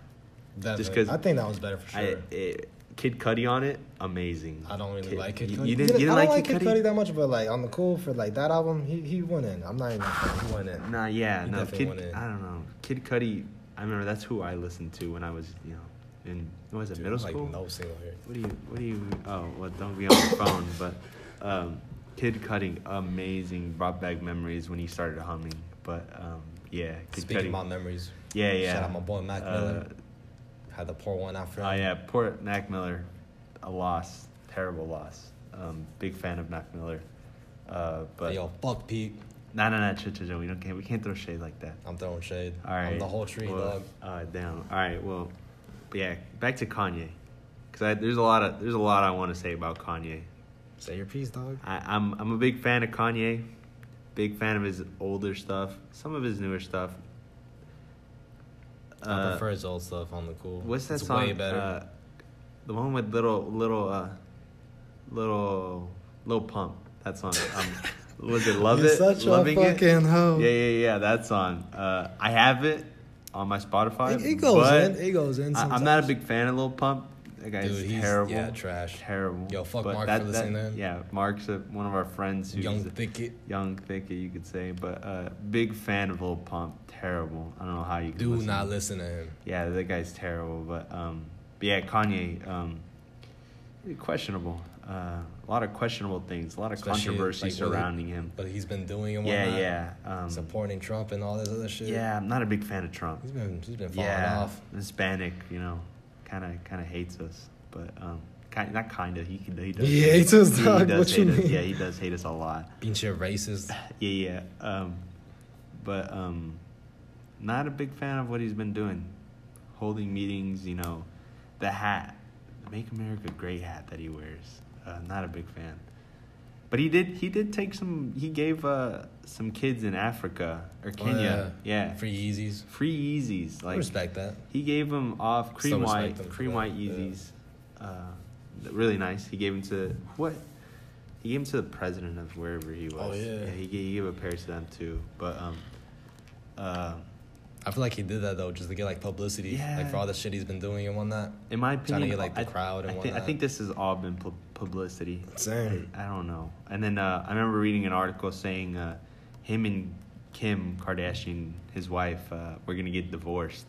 Speaker 1: Just 'cause-
Speaker 2: I think that was better for sure.
Speaker 1: I, it, Kid Cudi on it, amazing.
Speaker 2: I don't really
Speaker 1: Kid,
Speaker 2: like Kid
Speaker 1: you-
Speaker 2: Cudi.
Speaker 1: You didn't, you didn't
Speaker 3: I don't
Speaker 1: like,
Speaker 3: like
Speaker 1: Kid
Speaker 3: Kid
Speaker 1: Cudi?
Speaker 3: that much, but like on the cool for like that album, he he went in. I'm not even.
Speaker 2: He went in.
Speaker 1: Nah, yeah,
Speaker 2: He
Speaker 1: no,
Speaker 2: definitely
Speaker 1: Kid.
Speaker 2: wanted-
Speaker 1: I don't know, Kid Cudi. I remember that's who I listened to when I was, you know, in what was it
Speaker 2: Dude,
Speaker 1: middle
Speaker 2: like,
Speaker 1: school?
Speaker 2: No single here.
Speaker 1: What do you? What do you? Oh, well, don't be on the phone. But um, Kid Cudi, amazing, brought back memories when he started humming. But um, yeah, Kid
Speaker 2: Speaking
Speaker 1: Cudi.
Speaker 2: about memories,
Speaker 1: yeah, yeah.
Speaker 2: shout out my boy Mac Miller.
Speaker 1: Uh,
Speaker 2: Had to pour one out for him.
Speaker 1: Oh yeah, poor Mac Miller, a loss, terrible loss. Um, big fan of Mac Miller, uh, but
Speaker 2: Hey, yo, fuck Pete.
Speaker 1: no, no, no, ch- ch- ch- we don't can't we can't throw shade like that.
Speaker 2: I'm throwing shade.
Speaker 1: All right,
Speaker 2: I'm the whole tree,
Speaker 1: well,
Speaker 2: dog.
Speaker 1: Uh, down. All right, well, but yeah, back to Kanye, because there's a lot of there's a lot I want to say about Kanye.
Speaker 2: Say your piece, dog.
Speaker 1: I, I'm I'm a big fan of Kanye. Big fan of his older stuff, some of his newer stuff.
Speaker 2: I
Speaker 1: Uh,
Speaker 2: prefer his old stuff on the cool.
Speaker 1: What's that
Speaker 2: it's
Speaker 1: song?
Speaker 2: Way better.
Speaker 1: Uh, the one with little little uh, little little pump. That song.
Speaker 2: (laughs)
Speaker 1: Um, was it love
Speaker 3: You're
Speaker 1: it?
Speaker 3: such a
Speaker 1: Loving It?
Speaker 3: fucking hoe.
Speaker 1: Yeah, yeah, yeah. That song. Uh, I have it on my Spotify.
Speaker 3: It- it goes
Speaker 1: but
Speaker 3: in, it goes in
Speaker 1: I, I'm not a
Speaker 3: sometimes.
Speaker 1: big fan of Lil Pump. That guy's
Speaker 2: Dude, he's-
Speaker 1: terrible.
Speaker 2: yeah, trash.
Speaker 1: Terrible.
Speaker 2: Yo, fuck
Speaker 1: But
Speaker 2: Mark
Speaker 1: that-
Speaker 2: for
Speaker 1: that-
Speaker 2: listening to him.
Speaker 1: Yeah, Mark's a, one of our friends who's
Speaker 2: Young Thicket.
Speaker 1: young, thick, you could say. But uh, big fan of Lil Pump. Terrible. I don't know how you can
Speaker 2: Do
Speaker 1: listen
Speaker 2: not
Speaker 1: to
Speaker 2: listen to him.
Speaker 1: yeah, that guy's terrible. But um, but yeah, Kanye, um, questionable. Uh, a lot of questionable things. A lot of
Speaker 2: Especially,
Speaker 1: controversy
Speaker 2: like, what he-
Speaker 1: surrounding him.
Speaker 2: But he's been doing and
Speaker 1: Yeah,
Speaker 2: whatnot.
Speaker 1: yeah. Um,
Speaker 2: supporting Trump and all this other shit.
Speaker 1: yeah, I'm not a big fan of Trump.
Speaker 2: He's been he's been falling
Speaker 1: Yeah,
Speaker 2: off.
Speaker 1: Hispanic, you know, kind of kind of hates us, but um, kind not kind of. He can he does.
Speaker 2: He hates us,
Speaker 1: Yeah,
Speaker 2: dog.
Speaker 1: He does
Speaker 2: What you
Speaker 1: hate us.
Speaker 2: mean?
Speaker 1: Yeah, he does hate us a lot.
Speaker 2: Being shit
Speaker 1: (sighs)
Speaker 2: racist.
Speaker 1: Yeah, yeah. Um, but um, not a big fan of what he's been doing, holding meetings. You know, the hat, the Make America Great hat that he wears. Uh, not a big fan. But he did. He did take some. He gave uh, some kids in Africa or
Speaker 2: Oh,
Speaker 1: Kenya. yeah.
Speaker 2: Free Yeezys.
Speaker 1: Free Yeezys. Like
Speaker 2: I respect that.
Speaker 1: he gave them off cream
Speaker 2: Still respect
Speaker 1: white,
Speaker 2: them for
Speaker 1: cream
Speaker 2: that,
Speaker 1: white
Speaker 2: yeah.
Speaker 1: Yeezys. Uh, really nice. He gave them to what? He gave them to the president of wherever he was.
Speaker 2: Oh, yeah.
Speaker 1: he, gave, he gave a pair to them too. But um, uh,
Speaker 2: I feel like he did that though, just to get like publicity,
Speaker 1: Yeah.
Speaker 2: like for all the shit he's been doing and whatnot.
Speaker 1: in my
Speaker 2: Trying to
Speaker 1: opinion,
Speaker 2: get, like, the
Speaker 1: I,
Speaker 2: crowd and
Speaker 1: I, think, I
Speaker 2: whatnot.
Speaker 1: think this has all been pu- publicity.
Speaker 2: Same.
Speaker 1: I, I don't know. And then uh, I remember reading an article saying uh, him and Kim Kardashian, his wife, uh, were gonna get divorced.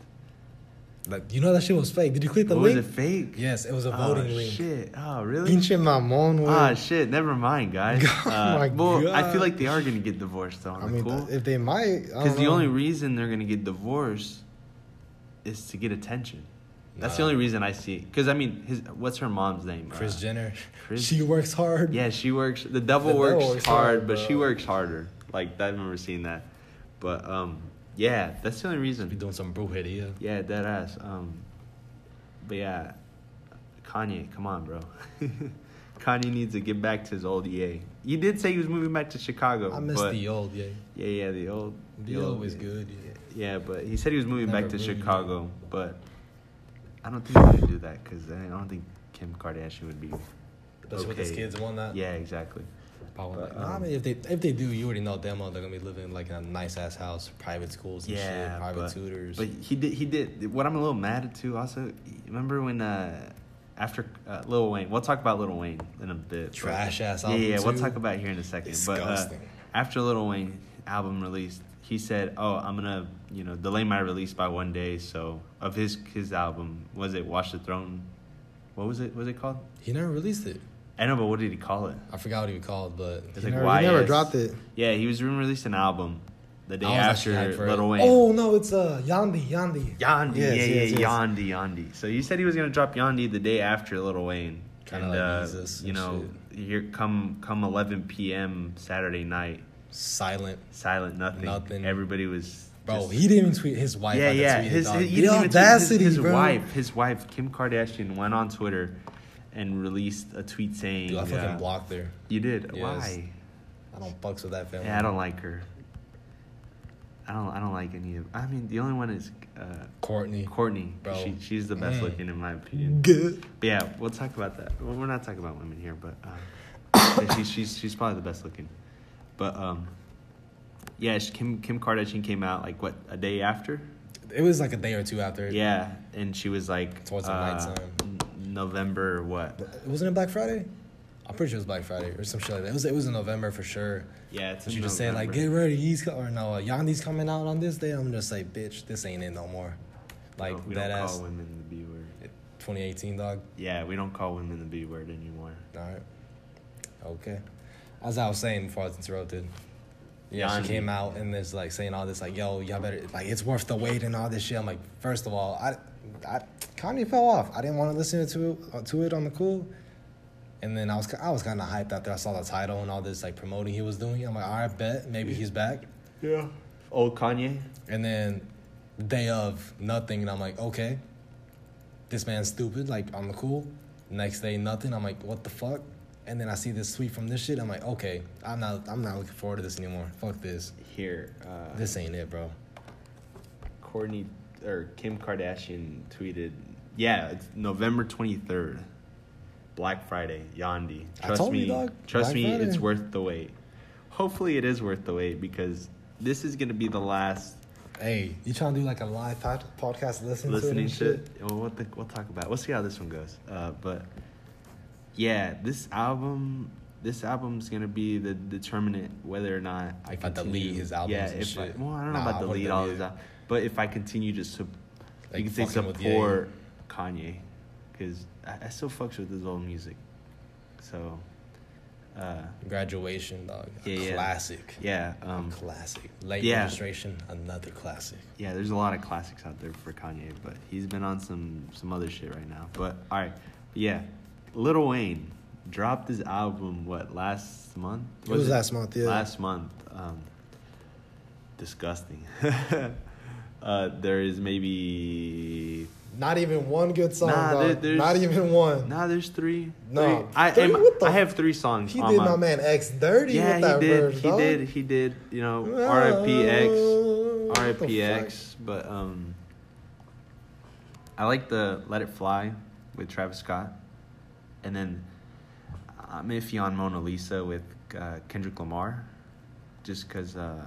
Speaker 2: Like you know that shit was fake. Did you click the
Speaker 1: What was
Speaker 2: link?
Speaker 1: it fake?
Speaker 2: Yes, it was a
Speaker 1: Oh,
Speaker 2: voting link.
Speaker 1: Shit. Oh, really?
Speaker 3: Pinche mamón, güey.
Speaker 1: Ah, shit. Never mind, guys. Uh,
Speaker 3: Oh my
Speaker 1: well, I
Speaker 3: God.
Speaker 1: feel like they are gonna get divorced though.
Speaker 3: I mean,
Speaker 1: cool.
Speaker 3: if they might,
Speaker 1: Because the only reason they're gonna get divorced is to get attention. That's the
Speaker 2: Nah.
Speaker 1: only reason I see. Because I mean, his what's her mom's name?
Speaker 2: Chris
Speaker 1: Uh,
Speaker 2: Jenner.
Speaker 1: Kris-
Speaker 2: She works hard.
Speaker 1: Yeah, she works. The devil
Speaker 2: devil
Speaker 1: works,
Speaker 2: works
Speaker 1: hard,
Speaker 2: hard,
Speaker 1: but she
Speaker 2: bro.
Speaker 1: works harder. Like I remember seeing that. But um, yeah, that's the only
Speaker 2: Be
Speaker 1: reason.
Speaker 2: doing some brujeria.
Speaker 1: Yeah, dead ass. Um, but yeah, Kanye, come on, bro. (laughs) Kanye needs to get back to his old EA. He did say he was moving back to Chicago.
Speaker 2: I miss
Speaker 1: but-
Speaker 2: the old, yeah.
Speaker 1: Yeah, yeah, the old. E
Speaker 2: The old was good. Yeah.
Speaker 1: Yeah, but he said he was moving back
Speaker 2: Never
Speaker 1: to
Speaker 2: really.
Speaker 1: Chicago, but I don't think he's gonna do that because I don't think Kim Kardashian would be.
Speaker 2: Especially with his kids and whatnot.
Speaker 1: Yeah, exactly.
Speaker 2: Probably.
Speaker 1: But,
Speaker 2: nah, I
Speaker 1: um,
Speaker 2: mean, if they if they do, you already know them. They're gonna be living like in a nice ass house, private schools and
Speaker 1: yeah,
Speaker 2: shit, private
Speaker 1: but,
Speaker 2: tutors.
Speaker 1: But he did. He did. What I'm a little mad at too. Also, remember when uh, after uh, Lil Wayne, we'll talk about Lil Wayne in a bit. but-
Speaker 2: Trash ass
Speaker 1: Yeah,
Speaker 2: album
Speaker 1: yeah. We'll
Speaker 2: too.
Speaker 1: talk about it here in a second. But uh,
Speaker 2: Disgusting.
Speaker 1: after Lil Wayne album released, he said, "Oh, I'm gonna you know delay my release by one day." So of his his album, was it Watch the Throne? What was it? What was it called?
Speaker 2: he never released it.
Speaker 1: I know, but what did he call it?
Speaker 2: I forgot what he was called, but
Speaker 1: It's
Speaker 3: he
Speaker 1: like
Speaker 3: never, he never
Speaker 1: YS.
Speaker 3: dropped it.
Speaker 1: Yeah, he was going to release an album the day
Speaker 2: I was actually
Speaker 1: after
Speaker 2: hyped for
Speaker 1: Lil
Speaker 2: it.
Speaker 1: Wayne.
Speaker 3: Oh no, it's uh Yandi, Yandi.
Speaker 1: Yandi,
Speaker 3: Yes,
Speaker 1: yeah,
Speaker 3: yes,
Speaker 1: yeah,
Speaker 3: yes.
Speaker 1: Yandi, Yandi. So you said he was gonna drop Yandi the day after Little Wayne,
Speaker 2: Kinda
Speaker 1: and
Speaker 2: like
Speaker 1: uh,
Speaker 2: Jesus
Speaker 1: you
Speaker 2: and
Speaker 1: know, here come come 11 p.m. Saturday night,
Speaker 2: silent.
Speaker 1: silent nothing.
Speaker 2: Nothing.
Speaker 1: Everody was
Speaker 2: Bro,
Speaker 1: just-
Speaker 2: he didn't even tweet his wife.
Speaker 1: yeah,
Speaker 2: had to
Speaker 1: yeah.
Speaker 2: tweet it,
Speaker 1: His,
Speaker 2: dog.
Speaker 1: his, he
Speaker 2: The
Speaker 1: didn't even tweet- his-
Speaker 2: audacity,
Speaker 1: his,
Speaker 2: bro.
Speaker 1: wife, his wife Kim Kardashian went on Twitter and released a tweet saying,
Speaker 2: Dude, I fucking
Speaker 1: uh,
Speaker 2: blocked her.
Speaker 1: "You did
Speaker 2: Yes.
Speaker 1: why?
Speaker 2: I don't fucks with that family.
Speaker 1: Yeah, I don't like her. I don't. I don't like any of. I mean, the only one is." Uh,
Speaker 2: Courtney.
Speaker 1: Courtney,
Speaker 2: Bro.
Speaker 1: she, she's the best
Speaker 2: Mm.
Speaker 1: looking in my opinion.
Speaker 2: Good.
Speaker 1: But yeah, we'll talk about that. Well, we're not talking about women here, but um, (coughs) she's, she's she's probably the best looking. But um, yeah, she, Kim Kim Kardashian came out like what a day after.
Speaker 2: It was like a day or two after.
Speaker 1: Yeah, and she was like uh,
Speaker 2: Towards the nighttime.
Speaker 1: n- November or what?
Speaker 2: It wasn't it Black Friday? I'm pretty sure it was Black Friday or some shit like that. It was it was in November for sure.
Speaker 1: Yeah, it's
Speaker 2: So
Speaker 1: in
Speaker 2: you just say like, get
Speaker 1: November.
Speaker 2: ready, he's co- or no, uh, Yandi's coming out on this day. I'm just like, bitch, this ain't it no more. Like
Speaker 1: we
Speaker 2: that
Speaker 1: don't
Speaker 2: ass
Speaker 1: call women the B word.
Speaker 2: 2018 dog.
Speaker 1: Yeah, we don't call women the B word anymore.
Speaker 2: All right, okay. As I was saying before I was interrupted, yeah,
Speaker 1: Yandi.
Speaker 2: she came out and there's like saying all this like, yo, y'all better like it's worth the wait and all this shit. I'm like, first of all, I, I Kanye fell off. I didn't want to listen to it, to it on the cool. And then I was I was kind of hyped after I saw the title and all this like promoting he was doing. I'm like, all right, bet maybe he's back.
Speaker 1: Yeah. Old Kanye.
Speaker 2: And then day of nothing, and I'm like, okay, this man's stupid. Like on the cool. Next day nothing. I'm like, what the fuck? and then I see this tweet from this shit. I'm like, okay, I'm not, I'm not looking forward to this anymore. Fuck this.
Speaker 1: Here, uh,
Speaker 2: This ain't it, bro.
Speaker 1: Courtney or Kim Kardashian tweeted, "Yeah, it's November 23rd, Black Friday, Yandi.
Speaker 2: I
Speaker 1: Trust
Speaker 2: told you,
Speaker 1: me,
Speaker 2: dog.
Speaker 1: trust
Speaker 2: Black
Speaker 1: me, it's
Speaker 2: Friday."
Speaker 1: worth the wait. Hopefully, it is worth the wait because this is gonna be the last
Speaker 2: Hey,
Speaker 3: You trying to do like a live pod- podcast listen
Speaker 1: listening
Speaker 3: to it
Speaker 1: to.
Speaker 3: and shit?
Speaker 1: Well, what the, we'll talk about. it. We'll see how this one goes. Uh, but yeah, this album." This album's gonna be the determinant whether or not I
Speaker 2: If I
Speaker 1: continue-
Speaker 2: delete his albums
Speaker 1: Yeah,
Speaker 2: and
Speaker 1: if I,
Speaker 2: shit.
Speaker 1: well, I don't know
Speaker 2: Nah, I
Speaker 1: about
Speaker 2: wouldn't
Speaker 1: delete all
Speaker 2: delete
Speaker 1: his
Speaker 2: it.
Speaker 1: albums, but if I continue to sup-
Speaker 2: Like,
Speaker 1: you can say
Speaker 2: fucking with Ye.
Speaker 1: support Kanye because I, I still fucks with his old music. So, uh,
Speaker 2: graduation, dog. A
Speaker 1: Yeah, yeah.
Speaker 2: classic.
Speaker 1: yeah, um,
Speaker 2: Classic. Late
Speaker 1: Yeah.
Speaker 2: registration, another classic.
Speaker 1: yeah. There's a lot of classics out there for Kanye, but he's been on some some other shit right now. But all right, yeah, Lil Wayne dropped his album what last month?
Speaker 2: It was last month, yeah.
Speaker 1: Last month. Um, disgusting. (laughs) uh, there is maybe
Speaker 3: Not even one good song,
Speaker 1: Nah,
Speaker 3: dog.
Speaker 1: there- there's-
Speaker 3: not even one.
Speaker 1: Nah, there's three.
Speaker 3: No.
Speaker 1: Three. I
Speaker 3: Three?
Speaker 1: am,
Speaker 3: What the-
Speaker 1: I have three songs.
Speaker 3: he
Speaker 1: on
Speaker 3: did
Speaker 1: my-
Speaker 3: my man X dirty
Speaker 1: Yeah,
Speaker 3: with
Speaker 1: he
Speaker 3: that
Speaker 1: did.
Speaker 3: verse,
Speaker 1: he
Speaker 3: dog.
Speaker 1: did. He did. You know,
Speaker 3: Oh,
Speaker 1: RIPX,
Speaker 3: what the
Speaker 1: RIPX. But um, I like the Let It Fly with Travis Scott, and then I'm iffy on Mona Lisa with uh, Kendrick Lamar, just because uh,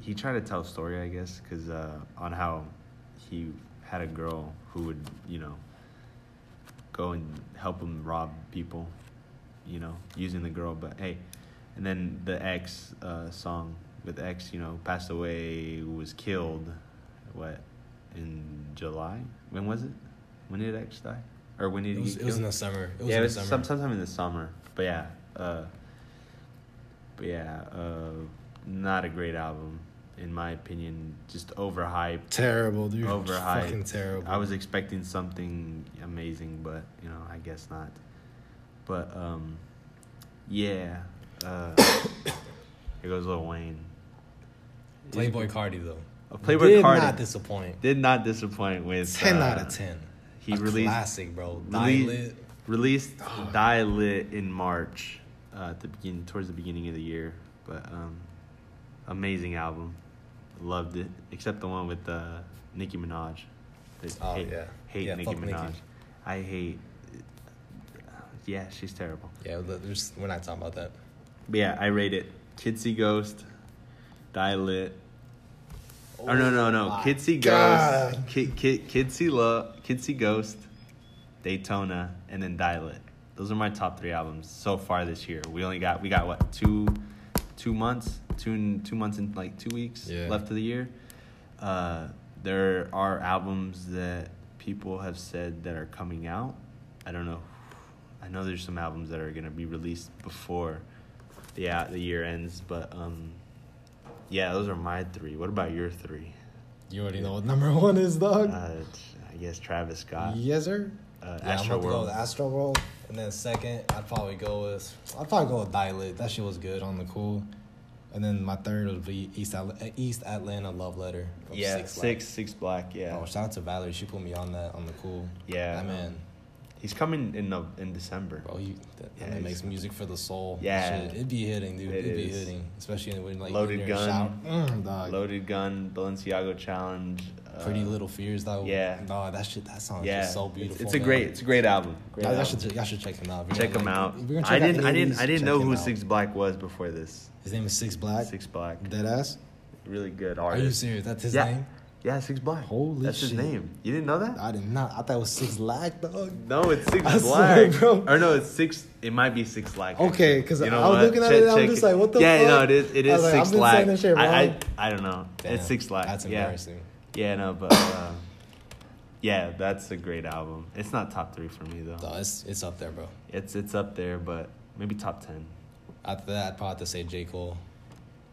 Speaker 1: he tried to tell a story, I guess, because uh, on how he had a girl who would, you know, go and help him rob people, you know, using the girl. But hey, and then the ex uh, song with ex, you know, passed away, was killed, what, in July? When was it? When did ex die? Or when did
Speaker 2: It was,
Speaker 1: he?
Speaker 2: it was
Speaker 1: kill-
Speaker 2: in the summer. It was
Speaker 1: yeah, it
Speaker 2: in the
Speaker 1: was
Speaker 2: summer.
Speaker 1: some, sometime in the summer. But yeah, uh, but yeah, uh, not a great album in my opinion. Just overhyped.
Speaker 2: terrible, dude.
Speaker 1: Overhyped.
Speaker 2: Fucking terrible.
Speaker 1: I was expecting something amazing, but you know, I guess not. But um, yeah, uh, (coughs) here goes Lil Wayne.
Speaker 2: Playboy Cardi though.
Speaker 1: Uh, Playboy
Speaker 2: did
Speaker 1: Cardi
Speaker 2: not disappoint.
Speaker 1: did not disappoint with
Speaker 2: ten
Speaker 1: uh,
Speaker 2: out of ten.
Speaker 1: He
Speaker 2: A
Speaker 1: released
Speaker 2: classic, bro.
Speaker 1: release-
Speaker 2: Dilit.
Speaker 1: released
Speaker 2: Oh.
Speaker 1: Die Lit in March, uh, at the begin towards the beginning of the year. But um, amazing album, loved it. Except the one with uh, Nicki Minaj. That-
Speaker 2: Oh,
Speaker 1: hate,
Speaker 2: yeah.
Speaker 1: hate
Speaker 2: Yeah,
Speaker 1: Nicki
Speaker 2: fuck Nicki.
Speaker 1: Minaj. I hate. Yeah, she's terrible.
Speaker 2: Yeah, look, there's, we're not talking about that.
Speaker 1: But yeah, I rate it. Kitsy Ghost, Die Lit. Oh, no no no!
Speaker 2: my
Speaker 1: Kitsy
Speaker 3: God.
Speaker 1: Ghost, Kid Kid Kitsy Love, Kitsy Ghost, Daytona, and then Dial It. Those are my top three albums so far this year. We only got we got what two, two months, two two months and like two weeks
Speaker 2: Yeah.
Speaker 1: left of the year. Uh, there are albums that people have said that are coming out. I don't know. I know there's some albums that are gonna be released before the yeah, the year ends, but um, yeah, those are my three. What about your three?
Speaker 2: You already know
Speaker 3: Well,
Speaker 2: what
Speaker 3: number one is
Speaker 1: Uh,
Speaker 3: dog.
Speaker 1: I guess Travis Scott,
Speaker 3: yes, sir.
Speaker 1: uh,
Speaker 2: Yeah, I'm
Speaker 1: Astro
Speaker 2: about to go
Speaker 1: World.
Speaker 2: with Astro World. And then second, I'd probably go with I'd probably go with Dilit. That shit was good on the cool. And then my third would be East Atla- East Atlanta Love Letter. from
Speaker 1: yeah,
Speaker 2: Six
Speaker 1: six,
Speaker 2: Flags.
Speaker 1: six, black. Yeah,
Speaker 2: Oh, shout out to Valerie. She put me on that on the cool.
Speaker 1: Yeah.
Speaker 2: That man,
Speaker 1: he's coming in Nov- in December.
Speaker 2: bro, he that, that
Speaker 1: Yeah,
Speaker 2: man
Speaker 1: he's-
Speaker 2: makes music for the soul.
Speaker 1: Yeah.
Speaker 2: Shit, it'd be hitting, dude.
Speaker 1: It
Speaker 2: It would be
Speaker 1: is.
Speaker 2: hitting, especially when like
Speaker 1: Loaded
Speaker 2: when you're in the
Speaker 1: Gun.
Speaker 2: shower. Mm, dog.
Speaker 1: Loaded Gun, Balenciaga challenge. Uh,
Speaker 2: Pretty Little Fears, though.
Speaker 1: yeah.
Speaker 2: No, that shit. That song
Speaker 1: Yeah,
Speaker 2: is just so
Speaker 1: It's-
Speaker 2: beautiful.
Speaker 1: It's, a
Speaker 2: man.
Speaker 1: great, it's a great album. Great
Speaker 2: Y'all, y'all
Speaker 1: album.
Speaker 2: should y'all should check him out. If you're
Speaker 1: check
Speaker 2: gonna,
Speaker 1: him
Speaker 2: like-
Speaker 1: out.
Speaker 2: if you're gonna
Speaker 1: I
Speaker 2: check out
Speaker 1: didn't, I
Speaker 2: any of
Speaker 1: didn't,
Speaker 2: these,
Speaker 1: I didn't
Speaker 2: check
Speaker 1: know
Speaker 2: him
Speaker 1: who
Speaker 2: out.
Speaker 1: Six Black was before this.
Speaker 2: His name is Six Black.
Speaker 1: Six Black,
Speaker 2: Dead ass.
Speaker 1: really good
Speaker 2: Are you
Speaker 1: artist.
Speaker 2: serious? That's his
Speaker 1: yeah,
Speaker 2: name.
Speaker 1: yeah, Six Black.
Speaker 2: Holy
Speaker 1: that's his
Speaker 2: shit.
Speaker 1: name. You didn't know that?
Speaker 2: I did not. I thought it was Six Black dog.
Speaker 1: No, it's six
Speaker 2: I swear,
Speaker 1: black.
Speaker 2: bro.
Speaker 1: Or no, it's six. It might be six black.
Speaker 2: Okay,
Speaker 1: actually.
Speaker 2: 'cause
Speaker 1: You know
Speaker 2: I was
Speaker 1: what?
Speaker 2: looking at it, I'm just like, what the
Speaker 1: yeah,
Speaker 2: fuck?
Speaker 1: no, it is. It
Speaker 2: I
Speaker 1: is
Speaker 2: was like,
Speaker 1: six
Speaker 2: I've been
Speaker 1: black.
Speaker 2: saying this shit
Speaker 1: I, I,
Speaker 2: wrong.
Speaker 1: I don't know.
Speaker 2: Damn,
Speaker 1: it's six black.
Speaker 2: That's
Speaker 1: yeah.
Speaker 2: embarrassing.
Speaker 1: Yeah, no, but uh, yeah, that's a great album. It's not top three for me though.
Speaker 2: No, it's it's up there, bro.
Speaker 1: It's it's up there, but maybe top ten.
Speaker 2: After that, I'd probably have to say J Cole.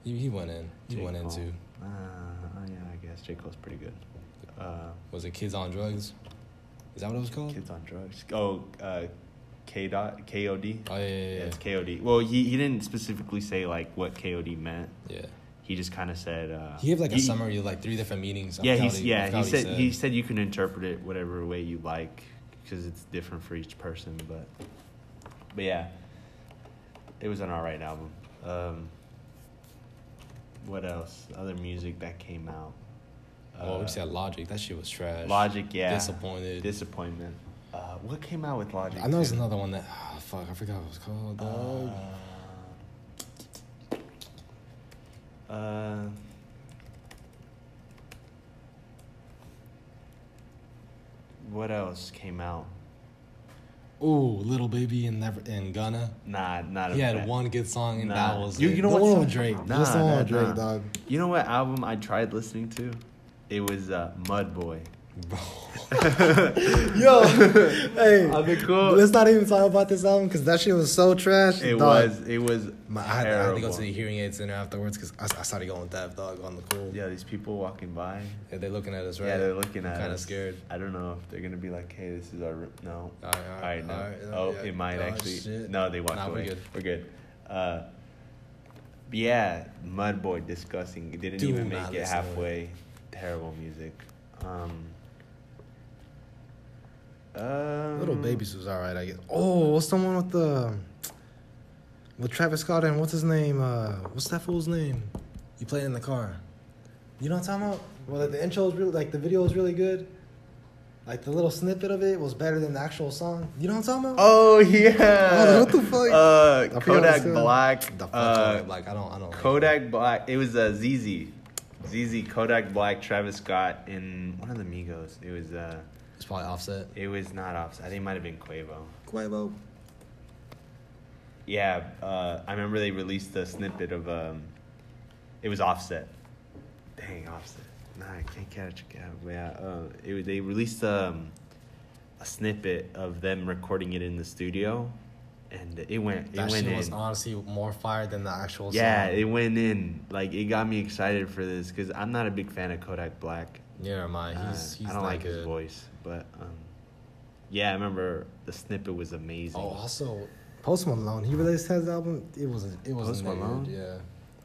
Speaker 2: He, he went in. He
Speaker 1: J.
Speaker 2: went in
Speaker 1: Cole.
Speaker 2: too.
Speaker 1: Uh, yeah, I guess J Cole's pretty good. Uh,
Speaker 2: Was it Kids on Drugs? Is that what it was called?
Speaker 1: Kids on Drugs. Oh, uh, K dot K O D.
Speaker 2: Oh yeah, yeah,
Speaker 1: Yeah,
Speaker 2: yeah.
Speaker 1: it's KOD. Well, he, he didn't specifically say like what KOD meant.
Speaker 2: yeah.
Speaker 1: He just kind of said. Uh,
Speaker 2: He gave like a summary of like three different meanings. I
Speaker 1: Yeah,
Speaker 2: forgot
Speaker 1: he's,
Speaker 2: what he- I
Speaker 1: yeah.
Speaker 2: forgot
Speaker 1: He
Speaker 2: what
Speaker 1: said, he said you can interpret it whatever way you like because it's different for each person. But but yeah, It was an alright album. Um, what else? Other music that came out.
Speaker 4: well,
Speaker 1: Uh,
Speaker 2: Oh,
Speaker 4: we said Logic. That shit was trash.
Speaker 1: Logic, yeah.
Speaker 4: Disappointed.
Speaker 1: Disappointment. Uh, what came out with Logic?
Speaker 4: I know there's
Speaker 1: too?
Speaker 4: another one that. ah, fuck, I forgot what it was called. dog.
Speaker 1: Uh, uh, what else came out?
Speaker 4: Ooh, little baby in never in Ghana.
Speaker 1: Nah, not.
Speaker 4: He
Speaker 1: a
Speaker 4: had
Speaker 1: bad-
Speaker 4: one good song, and
Speaker 1: Nah.
Speaker 4: that was
Speaker 1: You-
Speaker 4: it.
Speaker 1: you know
Speaker 4: the
Speaker 1: what
Speaker 4: one
Speaker 1: song-
Speaker 4: with Drake.
Speaker 1: Nah,
Speaker 4: Just the one
Speaker 1: nah,
Speaker 4: with Drake,
Speaker 1: nah.
Speaker 4: dog.
Speaker 1: You know what album I tried listening to? It was uh, Mud Boy.
Speaker 2: (laughs) Yo, hey,
Speaker 1: I've been cool.
Speaker 2: let's not even talk about this album because that shit was so trash.
Speaker 1: It
Speaker 2: dog.
Speaker 1: was. It was.
Speaker 2: My, I, had, I had to go
Speaker 1: terrible.
Speaker 2: to the hearing aid center afterwards because I, I started going deaf, dog, on the cool.
Speaker 1: Yeah, these people walking by.
Speaker 2: Yeah, they're looking at us, right?
Speaker 1: Yeah, they're looking at.
Speaker 2: Kind of
Speaker 1: us.
Speaker 2: scared.
Speaker 1: I don't know if they're gonna be like, "Hey, this is our room." no."
Speaker 2: All right, all right,
Speaker 1: no.
Speaker 2: all right,
Speaker 1: oh,
Speaker 2: yeah.
Speaker 1: it might
Speaker 2: Oh,
Speaker 1: actually.
Speaker 2: shit.
Speaker 1: No, they walked
Speaker 2: Nah, we're
Speaker 1: away.
Speaker 2: good.
Speaker 1: We're good. Uh, yeah, Mudboy, disgusting. It didn't
Speaker 2: Do
Speaker 1: even
Speaker 2: not
Speaker 1: make it
Speaker 2: listen to it.
Speaker 1: halfway. Terrible music. Um, um,
Speaker 2: Little Babies was all right, I guess. Oh, what's the one with the with Travis Scott and what's his name? Uh, what's that fool's name? You played in the car. You know what I'm talking about?
Speaker 3: Well, like, the intro is really like the video is really good. Like the little snippet of it was better than the actual song.
Speaker 2: You know what I'm talking about?
Speaker 1: Oh yeah.
Speaker 2: Oh, what the fuck?
Speaker 1: Uh,
Speaker 2: I forgot
Speaker 1: Kodak
Speaker 2: his name.
Speaker 1: Black.
Speaker 2: the fuck
Speaker 1: uh,
Speaker 2: like I don't, I don't. like
Speaker 1: Kodak Black. It was uh, ZZ. ZZ, Kodak Black, Travis Scott, and one of the Migos. It was uh,
Speaker 2: that. It's probably Offset.
Speaker 1: it was not Ops. I think it might have been Quavo.
Speaker 2: Quavo.
Speaker 1: Yeah, uh, I remember they released a snippet of um, it was Offset. Dang, Offset. Nah, I can't catch it. Yeah, uh, it, was- they released um, a snippet of them recording it in the studio, and it went. It
Speaker 2: That
Speaker 1: went
Speaker 2: shit
Speaker 1: in.
Speaker 2: was honestly more fire than the actual.
Speaker 1: Yeah,
Speaker 2: song.
Speaker 1: it went in. Like it got me excited for this because I'm not a big fan of Kodak Black.
Speaker 2: Yeah, my
Speaker 1: Uh,
Speaker 2: he's he's
Speaker 1: I don't
Speaker 2: not
Speaker 1: like
Speaker 2: good.
Speaker 1: his voice, but um, yeah, I remember the snippet was amazing.
Speaker 2: Oh, also
Speaker 3: Post Malone, he released his album.
Speaker 2: it was a- it was
Speaker 1: Post
Speaker 2: Post
Speaker 1: Malone?
Speaker 2: Yeah,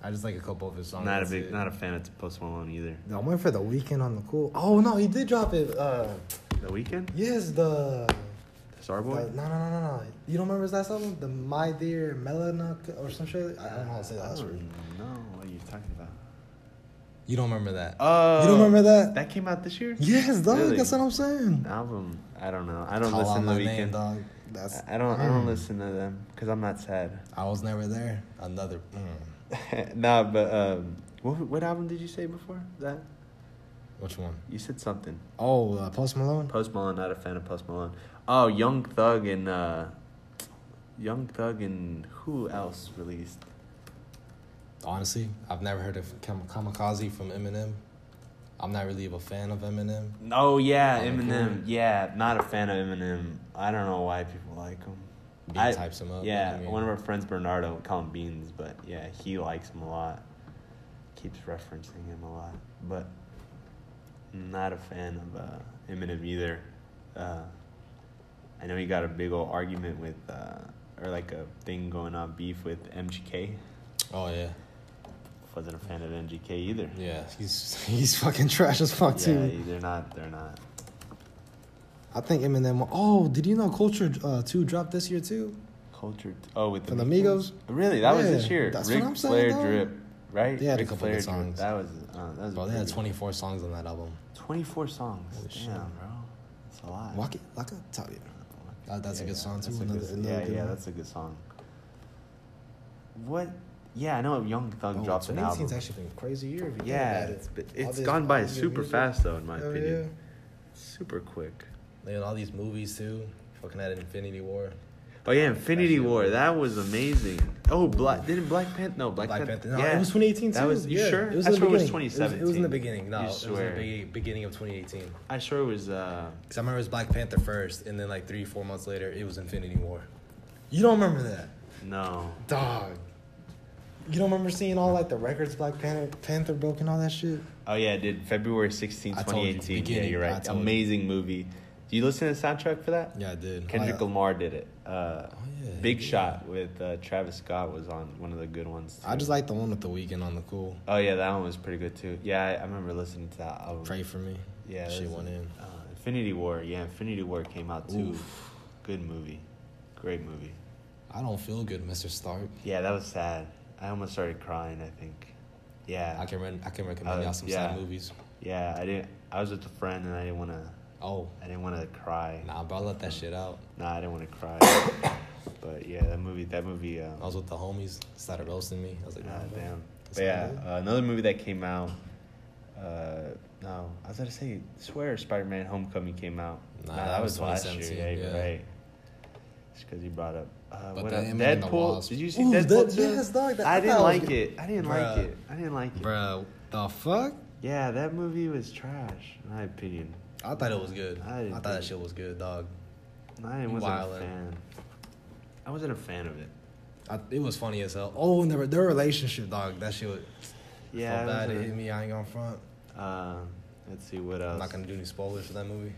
Speaker 2: I just like a couple of his songs.
Speaker 1: not a
Speaker 2: that's
Speaker 1: big,
Speaker 2: it.
Speaker 1: not a fan of Post Malone either.
Speaker 3: I went for the weekend on the cool. Oh no, he did drop it. Uh,
Speaker 1: The Weeknd,
Speaker 3: yes, the, the
Speaker 2: Uh,
Speaker 3: no
Speaker 1: Starboy.
Speaker 3: no no no no. You don't remember his last album, the My Dear Melanoc or some shit. I don't know how to say that.
Speaker 1: I
Speaker 3: last word.
Speaker 1: don't know what you're talking about.
Speaker 2: You don't remember that?
Speaker 1: Oh,
Speaker 2: you don't remember that?
Speaker 1: that came out this year?
Speaker 2: yes, dog.
Speaker 1: Really?
Speaker 2: That's what I'm saying.
Speaker 1: Album? I don't know. I don't
Speaker 2: Call
Speaker 1: listen
Speaker 2: out
Speaker 1: to
Speaker 2: my
Speaker 1: the
Speaker 2: name,
Speaker 1: Weeknd.
Speaker 2: dog. That's
Speaker 1: I I don't. I don't listen to them because I'm not sad. (laughs)
Speaker 2: I was never there. Another. Mm.
Speaker 1: nah, but um, what what album did you say before that?
Speaker 2: Which one?
Speaker 1: You said something.
Speaker 2: Oh, uh, Post Malone. (laughs)
Speaker 1: Post Malone, not a fan of Post Malone. Oh, Young Thug and uh, Young Thug and who else released?
Speaker 2: Honestly, I've never heard of Kam- Kamikaze from Eminem. I'm not really a fan of Eminem.
Speaker 1: Oh yeah,
Speaker 2: Oh,
Speaker 1: Eminem.
Speaker 2: cool.
Speaker 1: Yeah, not a fan of Eminem. I don't know why people like him.
Speaker 2: Bean
Speaker 1: I-
Speaker 2: types him up.
Speaker 1: Uh, Yeah,
Speaker 2: I mean,
Speaker 1: one of our friends, Bernardo, we call him Beans, but yeah, he likes him a lot. Keeps referencing him a lot, but not a fan of uh, Eminem either. Uh, I know he got a big old argument with, uh, or like a thing going on beef with MGK.
Speaker 2: oh yeah,
Speaker 1: Wasn't a fan of MGK either.
Speaker 2: yeah. He's he's fucking trash as fuck too.
Speaker 1: Yeah, they're not. They're not.
Speaker 2: I think Eminem. Oh, did you know Culture uh, Two dropped this year too?
Speaker 1: Cultured. Oh, with
Speaker 2: From the
Speaker 1: Weeknd?
Speaker 2: Migos?
Speaker 1: Really, that was
Speaker 2: Yeah,
Speaker 1: this year.
Speaker 2: that's
Speaker 1: Ric
Speaker 2: what I'm saying,
Speaker 1: Flair
Speaker 2: dog.
Speaker 1: drip, right?
Speaker 2: They had a
Speaker 1: Ric
Speaker 2: couple
Speaker 1: Flair
Speaker 2: good
Speaker 1: Drip.
Speaker 2: songs.
Speaker 1: That was. Uh, that was. a
Speaker 2: Bro, they had
Speaker 1: pretty-
Speaker 2: 24 songs on that album.
Speaker 1: 24 songs.
Speaker 2: Holy
Speaker 1: Damn,
Speaker 2: shit.
Speaker 1: bro. That's a lot.
Speaker 2: Waka Laka Tabia. That, that's
Speaker 1: Yeah,
Speaker 2: a good
Speaker 1: yeah,
Speaker 2: song too.
Speaker 1: that's a
Speaker 2: Another,
Speaker 1: good-
Speaker 2: another
Speaker 1: yeah,
Speaker 2: good
Speaker 1: yeah,
Speaker 2: one.
Speaker 1: that's a good song. What? Yeah, I know Young Thug
Speaker 2: Oh,
Speaker 1: dropped an
Speaker 2: 2018's
Speaker 1: album.
Speaker 2: actually been a crazy year. If you
Speaker 1: Yeah,
Speaker 2: think
Speaker 1: it's
Speaker 2: about
Speaker 1: been-
Speaker 2: All
Speaker 1: it's
Speaker 2: this-
Speaker 1: gone by
Speaker 2: all this
Speaker 1: super
Speaker 2: music.
Speaker 1: fast though, in my
Speaker 2: Hell
Speaker 1: opinion. Super quick.
Speaker 2: Yeah. They had all these movies too. Fucking had Infinity War.
Speaker 1: Oh yeah, Infinity
Speaker 2: Actually,
Speaker 1: War.
Speaker 2: yeah.
Speaker 1: That was amazing. Oh, Black didn't Black Panther. No, Black,
Speaker 2: Black
Speaker 1: Panther.
Speaker 2: Panther. No,
Speaker 1: yeah.
Speaker 2: it was 2018
Speaker 1: That
Speaker 2: too.
Speaker 1: was you
Speaker 2: Yeah,
Speaker 1: sure?
Speaker 2: It was
Speaker 1: I
Speaker 2: in
Speaker 1: swear it was
Speaker 2: the beginning. It was-
Speaker 1: 2017.
Speaker 2: It was in the beginning. No,
Speaker 1: You
Speaker 2: it was in the
Speaker 1: swear.
Speaker 2: be- beginning of 2018.
Speaker 1: I swear it was. Uh,
Speaker 2: Because I remember it was Black Panther first, and then like three, four months later, it was Infinity War. You don't remember that?
Speaker 1: no.
Speaker 3: Dog. You don't remember seeing all like the records Black Panther, Panther broke and all that shit?
Speaker 1: Oh yeah, dude. February 16,
Speaker 2: I told you,
Speaker 1: 2018. yeah,
Speaker 2: beginning,
Speaker 1: you're
Speaker 2: I
Speaker 1: right.
Speaker 2: told you.
Speaker 1: Amazing movie. Do you listen to the soundtrack for that?
Speaker 2: Oh, Yeah, I did.
Speaker 1: Kendrick
Speaker 2: I,
Speaker 1: Lamar did it. Uh,
Speaker 2: Oh, yeah, he
Speaker 1: Big
Speaker 2: did.
Speaker 1: Shot with uh, Travis Scott was on one of the good ones.
Speaker 2: I
Speaker 1: too.
Speaker 2: just like the one with the weekend on the cool.
Speaker 1: Oh yeah, that one was pretty good too. Yeah, I, I remember listening to that album.
Speaker 2: Pray for me.
Speaker 1: Yeah,
Speaker 2: she
Speaker 1: that's-
Speaker 2: went in.
Speaker 1: Uh, Infinity War. Yeah, Infinity War came out too.
Speaker 2: Oof.
Speaker 1: Good movie. Great movie.
Speaker 2: I don't feel good, Mr. Stark.
Speaker 1: Yeah, that was sad. I almost started crying. I think. Yeah.
Speaker 2: I can re- I can recommend
Speaker 1: Uh,
Speaker 2: y'all some
Speaker 1: yeah.
Speaker 2: sad movies.
Speaker 1: Yeah, I didn't. I was with a friend and I didn't want to.
Speaker 2: Oh,
Speaker 1: I didn't want to cry.
Speaker 2: nah, bro, I let that shit out.
Speaker 1: Nah, I didn't want to
Speaker 2: (coughs)
Speaker 1: cry. but yeah, that movie. That movie. Um,
Speaker 2: I was with the homies, started roasting me. I was like, nah,
Speaker 1: ah,
Speaker 2: bro.
Speaker 1: damn.
Speaker 2: It's
Speaker 1: But yeah,
Speaker 2: all good.
Speaker 1: uh, another movie that came out. Uh, no, I was gonna say, swear, Spider-Man: Homecoming came out.
Speaker 2: Nah, that was
Speaker 1: last
Speaker 2: 2017,
Speaker 1: Yeah,
Speaker 2: yeah.
Speaker 1: Right. Just because you brought up. Uh,
Speaker 2: But
Speaker 1: what
Speaker 2: the
Speaker 1: else?
Speaker 2: Ant-Man and the
Speaker 1: Deadpool.
Speaker 2: Wasp.
Speaker 1: Did you see
Speaker 5: Ooh,
Speaker 1: Deadpool?
Speaker 5: that-
Speaker 1: too?
Speaker 5: yes, dog, that-
Speaker 1: I
Speaker 5: I
Speaker 1: didn't
Speaker 5: thought it was
Speaker 1: like
Speaker 5: good.
Speaker 1: it. I didn't like
Speaker 2: Bruh.
Speaker 1: it. I didn't like it.
Speaker 2: Bro, the fuck?
Speaker 1: Yeah, that movie was trash, in my opinion.
Speaker 2: I thought it was good.
Speaker 1: I
Speaker 2: I,
Speaker 1: didn't
Speaker 2: thought
Speaker 1: think-
Speaker 2: that shit was good, dog.
Speaker 1: I
Speaker 2: You
Speaker 1: wasn't a
Speaker 2: wildin'.
Speaker 1: fan. I wasn't a fan of it.
Speaker 2: I, it was funny as hell. Oh,
Speaker 3: Oh, and their, their relationship, dog. That shit was
Speaker 1: Yeah, I
Speaker 3: felt bad. It
Speaker 1: wasn't-
Speaker 3: hit me. I ain't gonna front.
Speaker 1: Um, let's see what else.
Speaker 2: eh? I'm not gonna do any spoilers for that movie.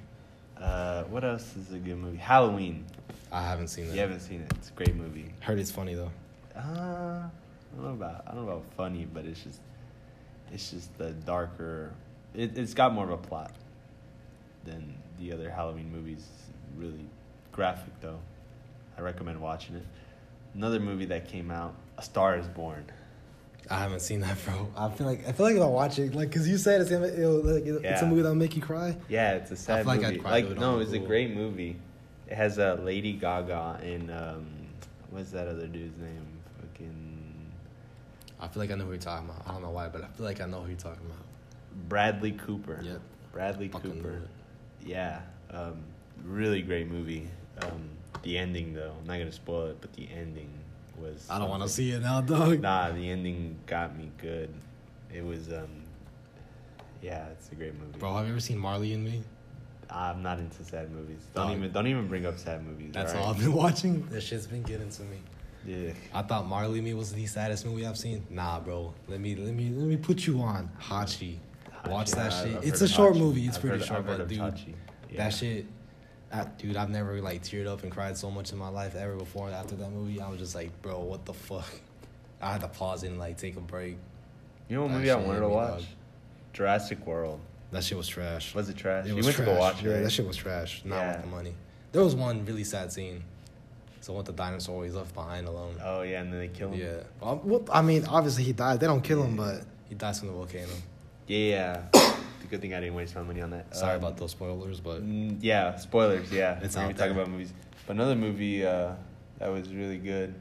Speaker 1: Uh, what else is a good movie? Halloween.
Speaker 2: I haven't seen that.
Speaker 1: You haven't seen it. It's a great movie.
Speaker 2: Heard it's funny though.
Speaker 1: Uh, I don't know about I don't know about funny, but it's just it's just the darker. It, it's got more of a plot than the other Halloween movies. Really graphic though. I recommend watching it. Another movie that came out, A Star Is Born.
Speaker 2: I haven't seen that, bro.
Speaker 3: I feel like I feel like if I watch it, like, cause you said it's gonna, it'll, like, it- it's a
Speaker 1: Yeah.
Speaker 3: movie that'll make you cry.
Speaker 1: Yeah, it's a sad
Speaker 2: feel like I'd
Speaker 1: movie.
Speaker 2: cry
Speaker 1: Like,
Speaker 2: to it
Speaker 1: no,
Speaker 2: on
Speaker 1: it's a
Speaker 2: Hulu.
Speaker 1: great movie. It has uh, Lady Gaga and um, what's that other dude's name? Fucking
Speaker 2: I feel like I know who you're talking about. I don't know why, but I feel like I know who you're talking about.
Speaker 1: Bradley Cooper.
Speaker 2: Yep.
Speaker 1: Bradley
Speaker 2: Fucking
Speaker 1: Cooper.
Speaker 2: knew it.
Speaker 1: Yeah, um, really great movie. Um, the ending though, I'm not gonna spoil it, but the ending was.
Speaker 2: I don't want to
Speaker 1: something.
Speaker 2: see it now,
Speaker 1: (laughs)
Speaker 2: dog.
Speaker 1: Nah, the ending got me good. It was um, yeah, it's a great movie.
Speaker 2: Bro, have you ever seen Marley and Me?
Speaker 1: I'm not into sad movies. Don't
Speaker 2: Dog.
Speaker 1: even don't even bring up sad movies.
Speaker 2: That's all
Speaker 1: alright?
Speaker 2: I've been watching. That shit's been getting to me.
Speaker 1: Yeah.
Speaker 2: I thought Marley and Me was the saddest movie I've seen. Nah, bro. Let me let me let me put you on Hachi. Watch
Speaker 1: Hachi,
Speaker 2: that
Speaker 1: I-
Speaker 2: shit.
Speaker 1: I've heard
Speaker 2: it's a
Speaker 1: of
Speaker 2: short
Speaker 1: Hachi.
Speaker 2: movie. It's
Speaker 1: I've
Speaker 2: pretty
Speaker 1: heard-
Speaker 2: short,
Speaker 1: I've heard
Speaker 2: but
Speaker 1: of
Speaker 2: dude,
Speaker 1: Hachi. Yeah.
Speaker 2: that shit. I, dude, I've never like teared up and cried so much in my life ever before. After that movie, I was just like, bro, what the fuck? I had to pause it and like take a break.
Speaker 1: You know what
Speaker 2: that
Speaker 1: movie I
Speaker 2: shit
Speaker 1: wanted
Speaker 2: hit
Speaker 1: to
Speaker 2: me,
Speaker 1: watch?
Speaker 2: dog.
Speaker 1: Jurassic World.
Speaker 2: That shit was trash.
Speaker 1: Was it trash?
Speaker 2: It
Speaker 1: you
Speaker 2: was
Speaker 1: went
Speaker 2: trash.
Speaker 1: to go watch it,
Speaker 2: yeah,
Speaker 1: right?
Speaker 2: that shit was trash. Not
Speaker 1: Yeah.
Speaker 2: worth the money. There was one really sad scene. So with the dinosaur he's left behind alone.
Speaker 1: Oh yeah, and then they kill him.
Speaker 2: yeah.
Speaker 3: Um, well, I mean, obviously he died. They don't kill him, but
Speaker 2: He dies from the volcano.
Speaker 1: Yeah, yeah. (coughs) Good thing I didn't waste my money on that.
Speaker 2: Sorry
Speaker 1: Um,
Speaker 2: about those spoilers, but
Speaker 1: mm, Yeah, spoilers. Yeah,
Speaker 2: It's
Speaker 1: we're gonna
Speaker 2: out
Speaker 1: be talking
Speaker 2: there.
Speaker 1: about movies. But another movie uh, that was really good,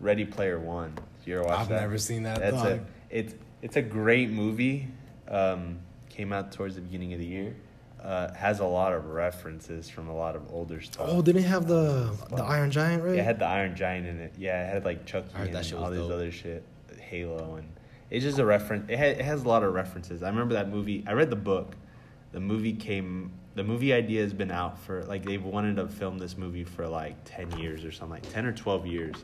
Speaker 1: Ready Player One. Did you ever watch
Speaker 2: I've
Speaker 1: that?
Speaker 2: never seen that.
Speaker 1: That's
Speaker 2: dog.
Speaker 1: a, it's it's a great movie. Um, came out towards the beginning of the year. Uh, has a lot of references from a lot of older stuff.
Speaker 3: oh, didn't he have the the Iron Giant right?
Speaker 1: Yeah, it had the Iron Giant in it. Yeah, it had like Chucky
Speaker 2: I heard
Speaker 1: and
Speaker 2: that shit was
Speaker 1: all this
Speaker 2: dope.
Speaker 1: other shit, Halo, and it's just a reference. It, ha- it has a lot of references. I remember that movie. I read the book. The movie came. The movie idea has been out for like they've wanted to film this movie for like ten years or something, like ten or twelve years.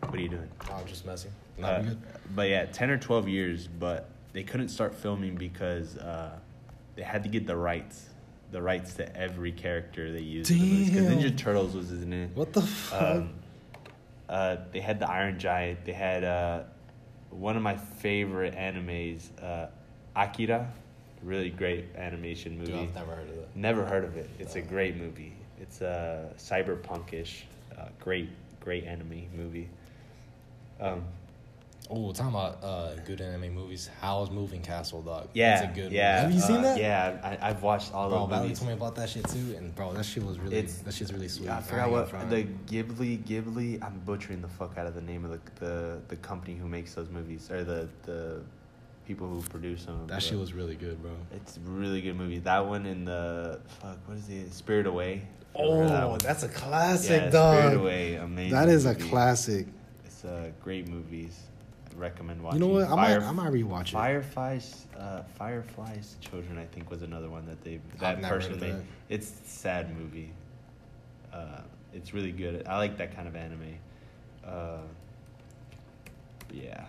Speaker 1: What are you doing?
Speaker 2: I'm just messing.
Speaker 1: Uh,
Speaker 2: Not good.
Speaker 1: But yeah, ten or twelve years. But they couldn't start filming because uh, they had to get the rights, the rights to every character they used. Because
Speaker 3: Damn.
Speaker 1: Ninja Turtles was in it.
Speaker 3: What the fuck?
Speaker 1: Um, uh, they had the Iron Giant. They had uh, one of my favorite animes, uh, Akira. Really great animation movie.
Speaker 2: Dude, I've never heard of that.
Speaker 1: Never heard of it. It's a great movie. It's a uh, cyberpunkish, uh, great, great anime movie. Um,
Speaker 2: Oh, talking about uh, good anime movies. How's Moving Castle, dog?
Speaker 1: yeah,
Speaker 2: It's a good
Speaker 1: yeah.
Speaker 2: movie. Have you seen
Speaker 1: uh,
Speaker 2: that?
Speaker 1: Yeah, I, I've watched all
Speaker 2: Bro,
Speaker 1: of
Speaker 2: Valley
Speaker 1: movies.
Speaker 2: told me about that shit too, and bro, that shit was really,
Speaker 1: It's-
Speaker 2: that shit's really sweet.
Speaker 1: I
Speaker 2: ain't
Speaker 1: forgot
Speaker 2: gonna
Speaker 1: what
Speaker 2: front.
Speaker 1: the Ghibli Ghibli. I'm butchering the fuck out of the name of the the, the company who makes those movies or the the people who produce them.
Speaker 2: that shit was really good, bro.
Speaker 1: It's a really good movie. That one and the fuck. What is it? Spirit Away. Remember that
Speaker 3: oh,
Speaker 1: one?
Speaker 3: that's a
Speaker 1: yeah,
Speaker 3: classic,
Speaker 1: Spirit
Speaker 3: dog.
Speaker 1: Away. Amazing.
Speaker 3: That is a
Speaker 1: movie.
Speaker 3: classic.
Speaker 1: It's uh, great movies. I recommend
Speaker 3: You
Speaker 1: watching.
Speaker 3: know what? I might
Speaker 1: Fire-
Speaker 3: I might rewatch it.
Speaker 1: Fireflies, uh, Fireflies Children, I think, was another one that they that
Speaker 2: never heard
Speaker 1: person
Speaker 2: of
Speaker 1: made.
Speaker 2: that.
Speaker 1: It's a sad movie. Uh, it's really good. I like that kind of anime. Uh, yeah,
Speaker 2: I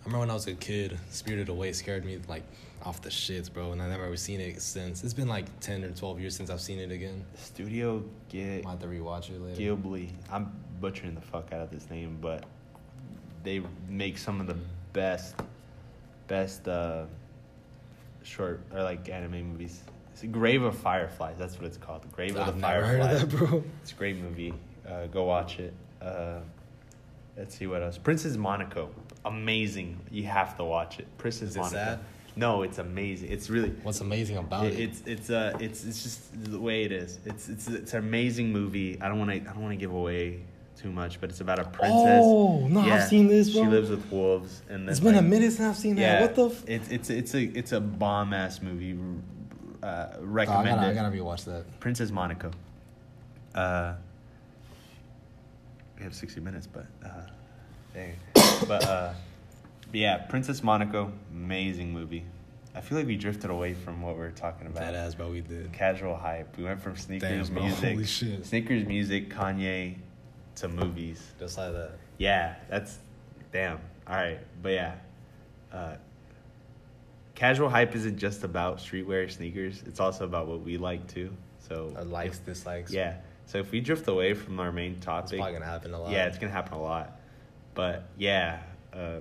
Speaker 2: remember when I was a kid, Spirited Away scared me like off the shits, bro, and I never ever seen it since. It's been like ten or twelve years since I've seen it again.
Speaker 1: Studio Ghi-
Speaker 2: Might have to rewatch it later.
Speaker 1: Ghibli. I'm butchering the fuck out of this name, but they make some of the best, best uh, short or like anime movies. It's Grave of Fireflies. That's what it's called. Grave of
Speaker 2: I've
Speaker 1: the (laughs)
Speaker 2: never
Speaker 1: Fireflies.
Speaker 2: heard of that, bro.
Speaker 1: It's a great movie. Uh, go watch it. Uh, Let's see what else. Princess Monaco, amazing. You have to watch it. Princess
Speaker 2: Is it
Speaker 1: Monaco.
Speaker 2: sad?
Speaker 1: No, it's amazing. It's really
Speaker 2: What's amazing about
Speaker 1: it,
Speaker 2: it?
Speaker 1: it's it's uh it's it's just the way it is. It's it's it's an amazing movie. I don't want to I don't want to give away too much, but it's about a princess.
Speaker 3: Oh, no, I've seen this,
Speaker 1: She
Speaker 3: bro.
Speaker 1: lives with wolves, and then
Speaker 3: It's been a
Speaker 1: like,
Speaker 3: minute since I've seen
Speaker 1: Yeah,
Speaker 3: that. What the?
Speaker 1: (laughs) it's
Speaker 3: F-
Speaker 1: it's it's a it's a bomb ass movie. Uh,
Speaker 2: Oh, I
Speaker 1: recommend
Speaker 2: gotta,
Speaker 1: it.
Speaker 2: I gotta rewatch that.
Speaker 1: Princess Monaco. Uh, we have 60 minutes, but uh, dang. but uh, but yeah, Princess Monaco, amazing movie. I feel like we drifted away from what we were talking about.
Speaker 2: Badass, bro. We did.
Speaker 1: Casual hype. We went from sneakers,
Speaker 2: uh, Damn, bro.
Speaker 1: music,
Speaker 2: Holy shit.
Speaker 1: sneakers, music, Kanye, to movies.
Speaker 2: Just like that.
Speaker 1: Yeah, that's damn. All right, but yeah, uh, casual hype isn't just about streetwear sneakers. It's also about what we like too. So
Speaker 2: Uh, likes, dislikes.
Speaker 1: yeah. So if we drift away from our main
Speaker 2: It's
Speaker 1: topic,
Speaker 2: probably gonna happen a lot.
Speaker 1: yeah, it's gonna happen a lot. But yeah, uh,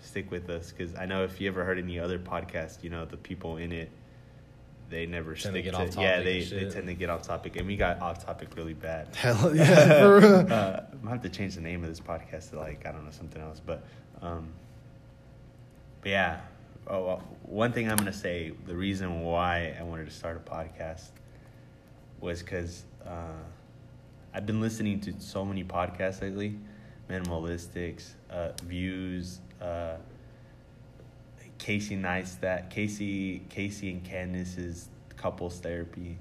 Speaker 1: stick with us because I know if you ever heard any other podcast, you know the people in it, they never
Speaker 2: Tend to
Speaker 1: stick
Speaker 2: get off topic
Speaker 1: yeah,
Speaker 2: and
Speaker 1: they they
Speaker 2: shit.
Speaker 1: tend to get off topic, and we got off topic really bad.
Speaker 2: Hell yeah, (laughs)
Speaker 3: (laughs)
Speaker 2: for real.
Speaker 1: Uh, I'm gonna have to change the name of this podcast to like I don't know something else, but um, but yeah. Oh, well, one thing I'm gonna say the reason why I wanted to start a podcast was because uh, I've been listening to so many podcasts lately, minimalistics, uh, views, uh, Casey Neistat, Casey Casey and Candace's couples therapy.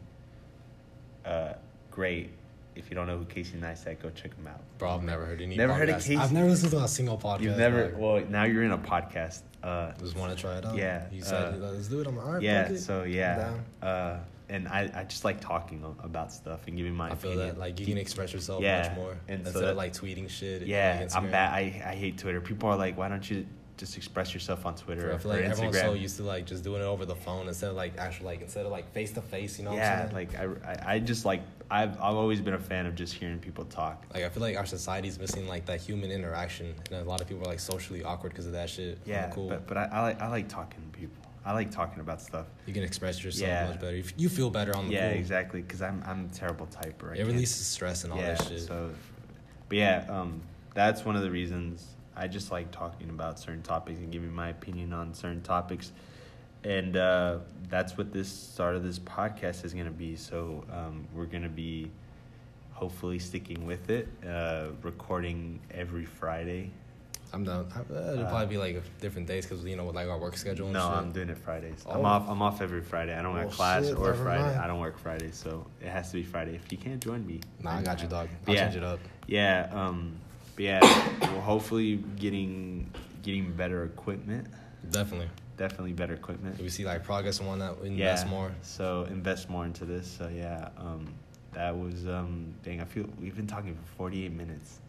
Speaker 1: Uh, great. If you don't know who Casey Neistat, go check him out.
Speaker 2: Bro, I've never heard any.
Speaker 1: Never heard of
Speaker 2: podcasts.
Speaker 1: Casey-
Speaker 2: I've never listened to a single podcast.
Speaker 1: You've never
Speaker 2: Like,
Speaker 1: well now you're in a podcast. Uh,
Speaker 2: just want to try it out.
Speaker 1: Yeah,
Speaker 2: You said
Speaker 1: uh,
Speaker 2: let's do
Speaker 6: Dude, I'm alright.
Speaker 1: yeah,
Speaker 6: fuck it.
Speaker 1: so yeah,
Speaker 6: Down.
Speaker 1: uh, and I, I just like talking a- about stuff and giving my
Speaker 2: I feel
Speaker 1: opinion.
Speaker 2: that like you can express yourself
Speaker 1: Yeah,
Speaker 2: much more
Speaker 1: and so
Speaker 2: instead
Speaker 1: that-
Speaker 2: of like tweeting shit. and,
Speaker 1: yeah,
Speaker 2: like,
Speaker 1: I'm
Speaker 2: Instagram.
Speaker 1: bad. I I hate Twitter. People are like, why don't you just express yourself on Twitter
Speaker 2: I
Speaker 1: or,
Speaker 2: feel like
Speaker 1: or Instagram?
Speaker 2: everyone's so used to like just doing it over the phone instead of like actually like instead of like face to face. You know? what I'm
Speaker 1: yeah,
Speaker 2: saying?
Speaker 1: like I, I, I just like I've I've always been a fan of just hearing people talk.
Speaker 2: Like I feel like our society's missing like that human interaction, and a lot of people are like socially awkward because of that shit. I'm
Speaker 1: Yeah,
Speaker 2: cool.
Speaker 1: but but I, I like I like talking to people. I like talking about stuff.
Speaker 2: you can express yourself
Speaker 1: Yeah.
Speaker 2: much better. You f- You feel better on the
Speaker 1: Yeah,
Speaker 2: pool.
Speaker 1: exactly. Because I'm I'm a terrible typer. I
Speaker 2: It
Speaker 1: can't-
Speaker 2: releases stress and all
Speaker 1: yeah,
Speaker 2: that shit.
Speaker 1: So, but yeah, um, that's one of the reasons I just like talking about certain topics and giving my opinion on certain topics, and uh, that's what this start of this podcast is gonna be. So um, we're gonna be hopefully sticking with it, uh, recording every Friday.
Speaker 2: I'm down. I, uh, it'll probably be like different days because you know with like our work schedule. And
Speaker 1: No,
Speaker 2: Oh, shit.
Speaker 1: I'm doing it Fridays.
Speaker 2: Oh.
Speaker 1: I'm off. I'm off every Friday. I don't
Speaker 6: Oh,
Speaker 1: have class
Speaker 6: shit,
Speaker 1: or
Speaker 6: never
Speaker 1: Friday.
Speaker 6: mind.
Speaker 1: I don't work Friday, so it has to be Friday. If you can't join me,
Speaker 2: Nah, I
Speaker 1: then-
Speaker 2: got you, dog. I'll
Speaker 1: Yeah.
Speaker 2: change it up.
Speaker 1: Yeah, um, but yeah, well, hopefully getting getting better equipment,
Speaker 2: Definitely.
Speaker 1: definitely better equipment.
Speaker 2: If we see like progress and one that we
Speaker 1: Yeah,
Speaker 2: invest more.
Speaker 1: So invest more into this. So yeah, um, that was um, dang. I feel we've been talking for forty eight minutes.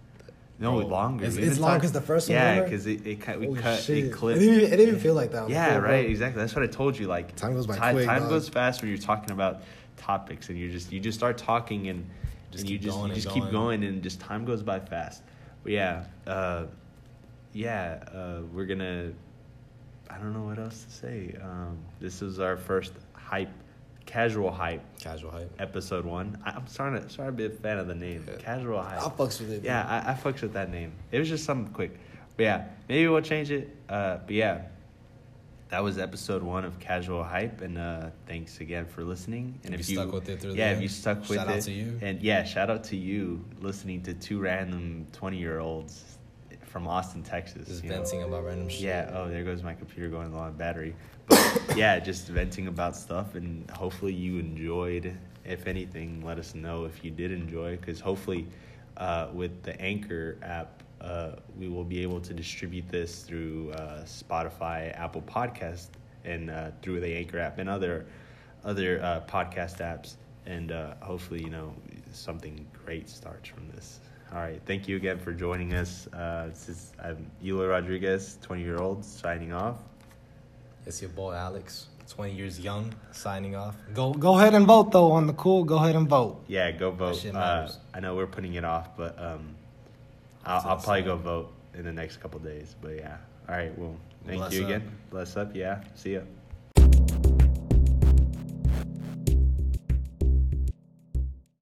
Speaker 1: No,
Speaker 2: Bro,
Speaker 1: longer.
Speaker 6: it's-
Speaker 1: We've been
Speaker 6: it's long
Speaker 1: talk-
Speaker 6: 'cause the first one
Speaker 1: Yeah,
Speaker 6: over?
Speaker 1: because it, it cut, we
Speaker 6: Holy
Speaker 1: cut,
Speaker 6: shit.
Speaker 1: it
Speaker 6: It
Speaker 1: clipped.
Speaker 6: didn't, even- it didn't even feel like that. on the
Speaker 1: Yeah,
Speaker 6: phone, bro.
Speaker 1: right. Exactly. That's what I told you. Like
Speaker 3: Time goes by
Speaker 1: Time,
Speaker 3: quick,
Speaker 1: time
Speaker 3: dog.
Speaker 1: goes fast when you're talking about topics and you're just you just start talking and
Speaker 2: Just
Speaker 1: and you
Speaker 2: keep
Speaker 1: just
Speaker 2: going
Speaker 1: you
Speaker 2: and
Speaker 1: just keep
Speaker 2: going.
Speaker 1: going and just time goes by fast. But yeah, uh, yeah, uh, we're gonna. I don't know what else to say. Um, this is our first hype, casual hype
Speaker 2: Casual hype.
Speaker 1: episode one. I, I'm starting to starting to be a fan of the name,
Speaker 2: Yeah.
Speaker 1: casual hype.
Speaker 6: I fucks with it.
Speaker 1: Yeah, I, I fucks with that name. It was just something quick. But yeah, maybe we'll change it. Uh, but yeah, that was episode one of Casual Hype, and uh, thanks again for listening. And
Speaker 2: If you stuck with it through the
Speaker 1: yeah, if
Speaker 2: end,
Speaker 1: you stuck with
Speaker 2: shout
Speaker 1: it,
Speaker 2: out to you.
Speaker 1: and yeah, shout out to you listening to two random twenty year olds from Austin, Texas.
Speaker 2: Just
Speaker 1: you know.
Speaker 2: venting about random shit.
Speaker 1: Yeah. Oh, there goes my computer going low on battery. But yeah, just venting about stuff, and hopefully you enjoyed. If anything, let us know if you did enjoy, because hopefully, uh, with the Anchor app, uh, we will be able to distribute this through uh, Spotify, Apple Podcast, and uh, through the Anchor app and other other uh, podcast apps. And uh, hopefully, you know, something great starts from this. All right. Thank you again for joining us. Uh, this is I'm Ela Rodriguez, 20 year old, signing off.
Speaker 2: It's your boy Alex, 20 years young, signing off.
Speaker 3: Go go ahead and vote though on the cool. Go ahead and vote.
Speaker 1: Yeah, go vote.
Speaker 2: shit
Speaker 1: Uh,
Speaker 2: matters.
Speaker 1: I know we're putting it off, but um, I'll,
Speaker 2: It's
Speaker 1: I'll probably go
Speaker 2: insane.
Speaker 1: vote in the next couple days. But yeah. All right. Well, thank
Speaker 2: Bless
Speaker 1: you
Speaker 2: up.
Speaker 1: again. Bless up. Yeah. See ya.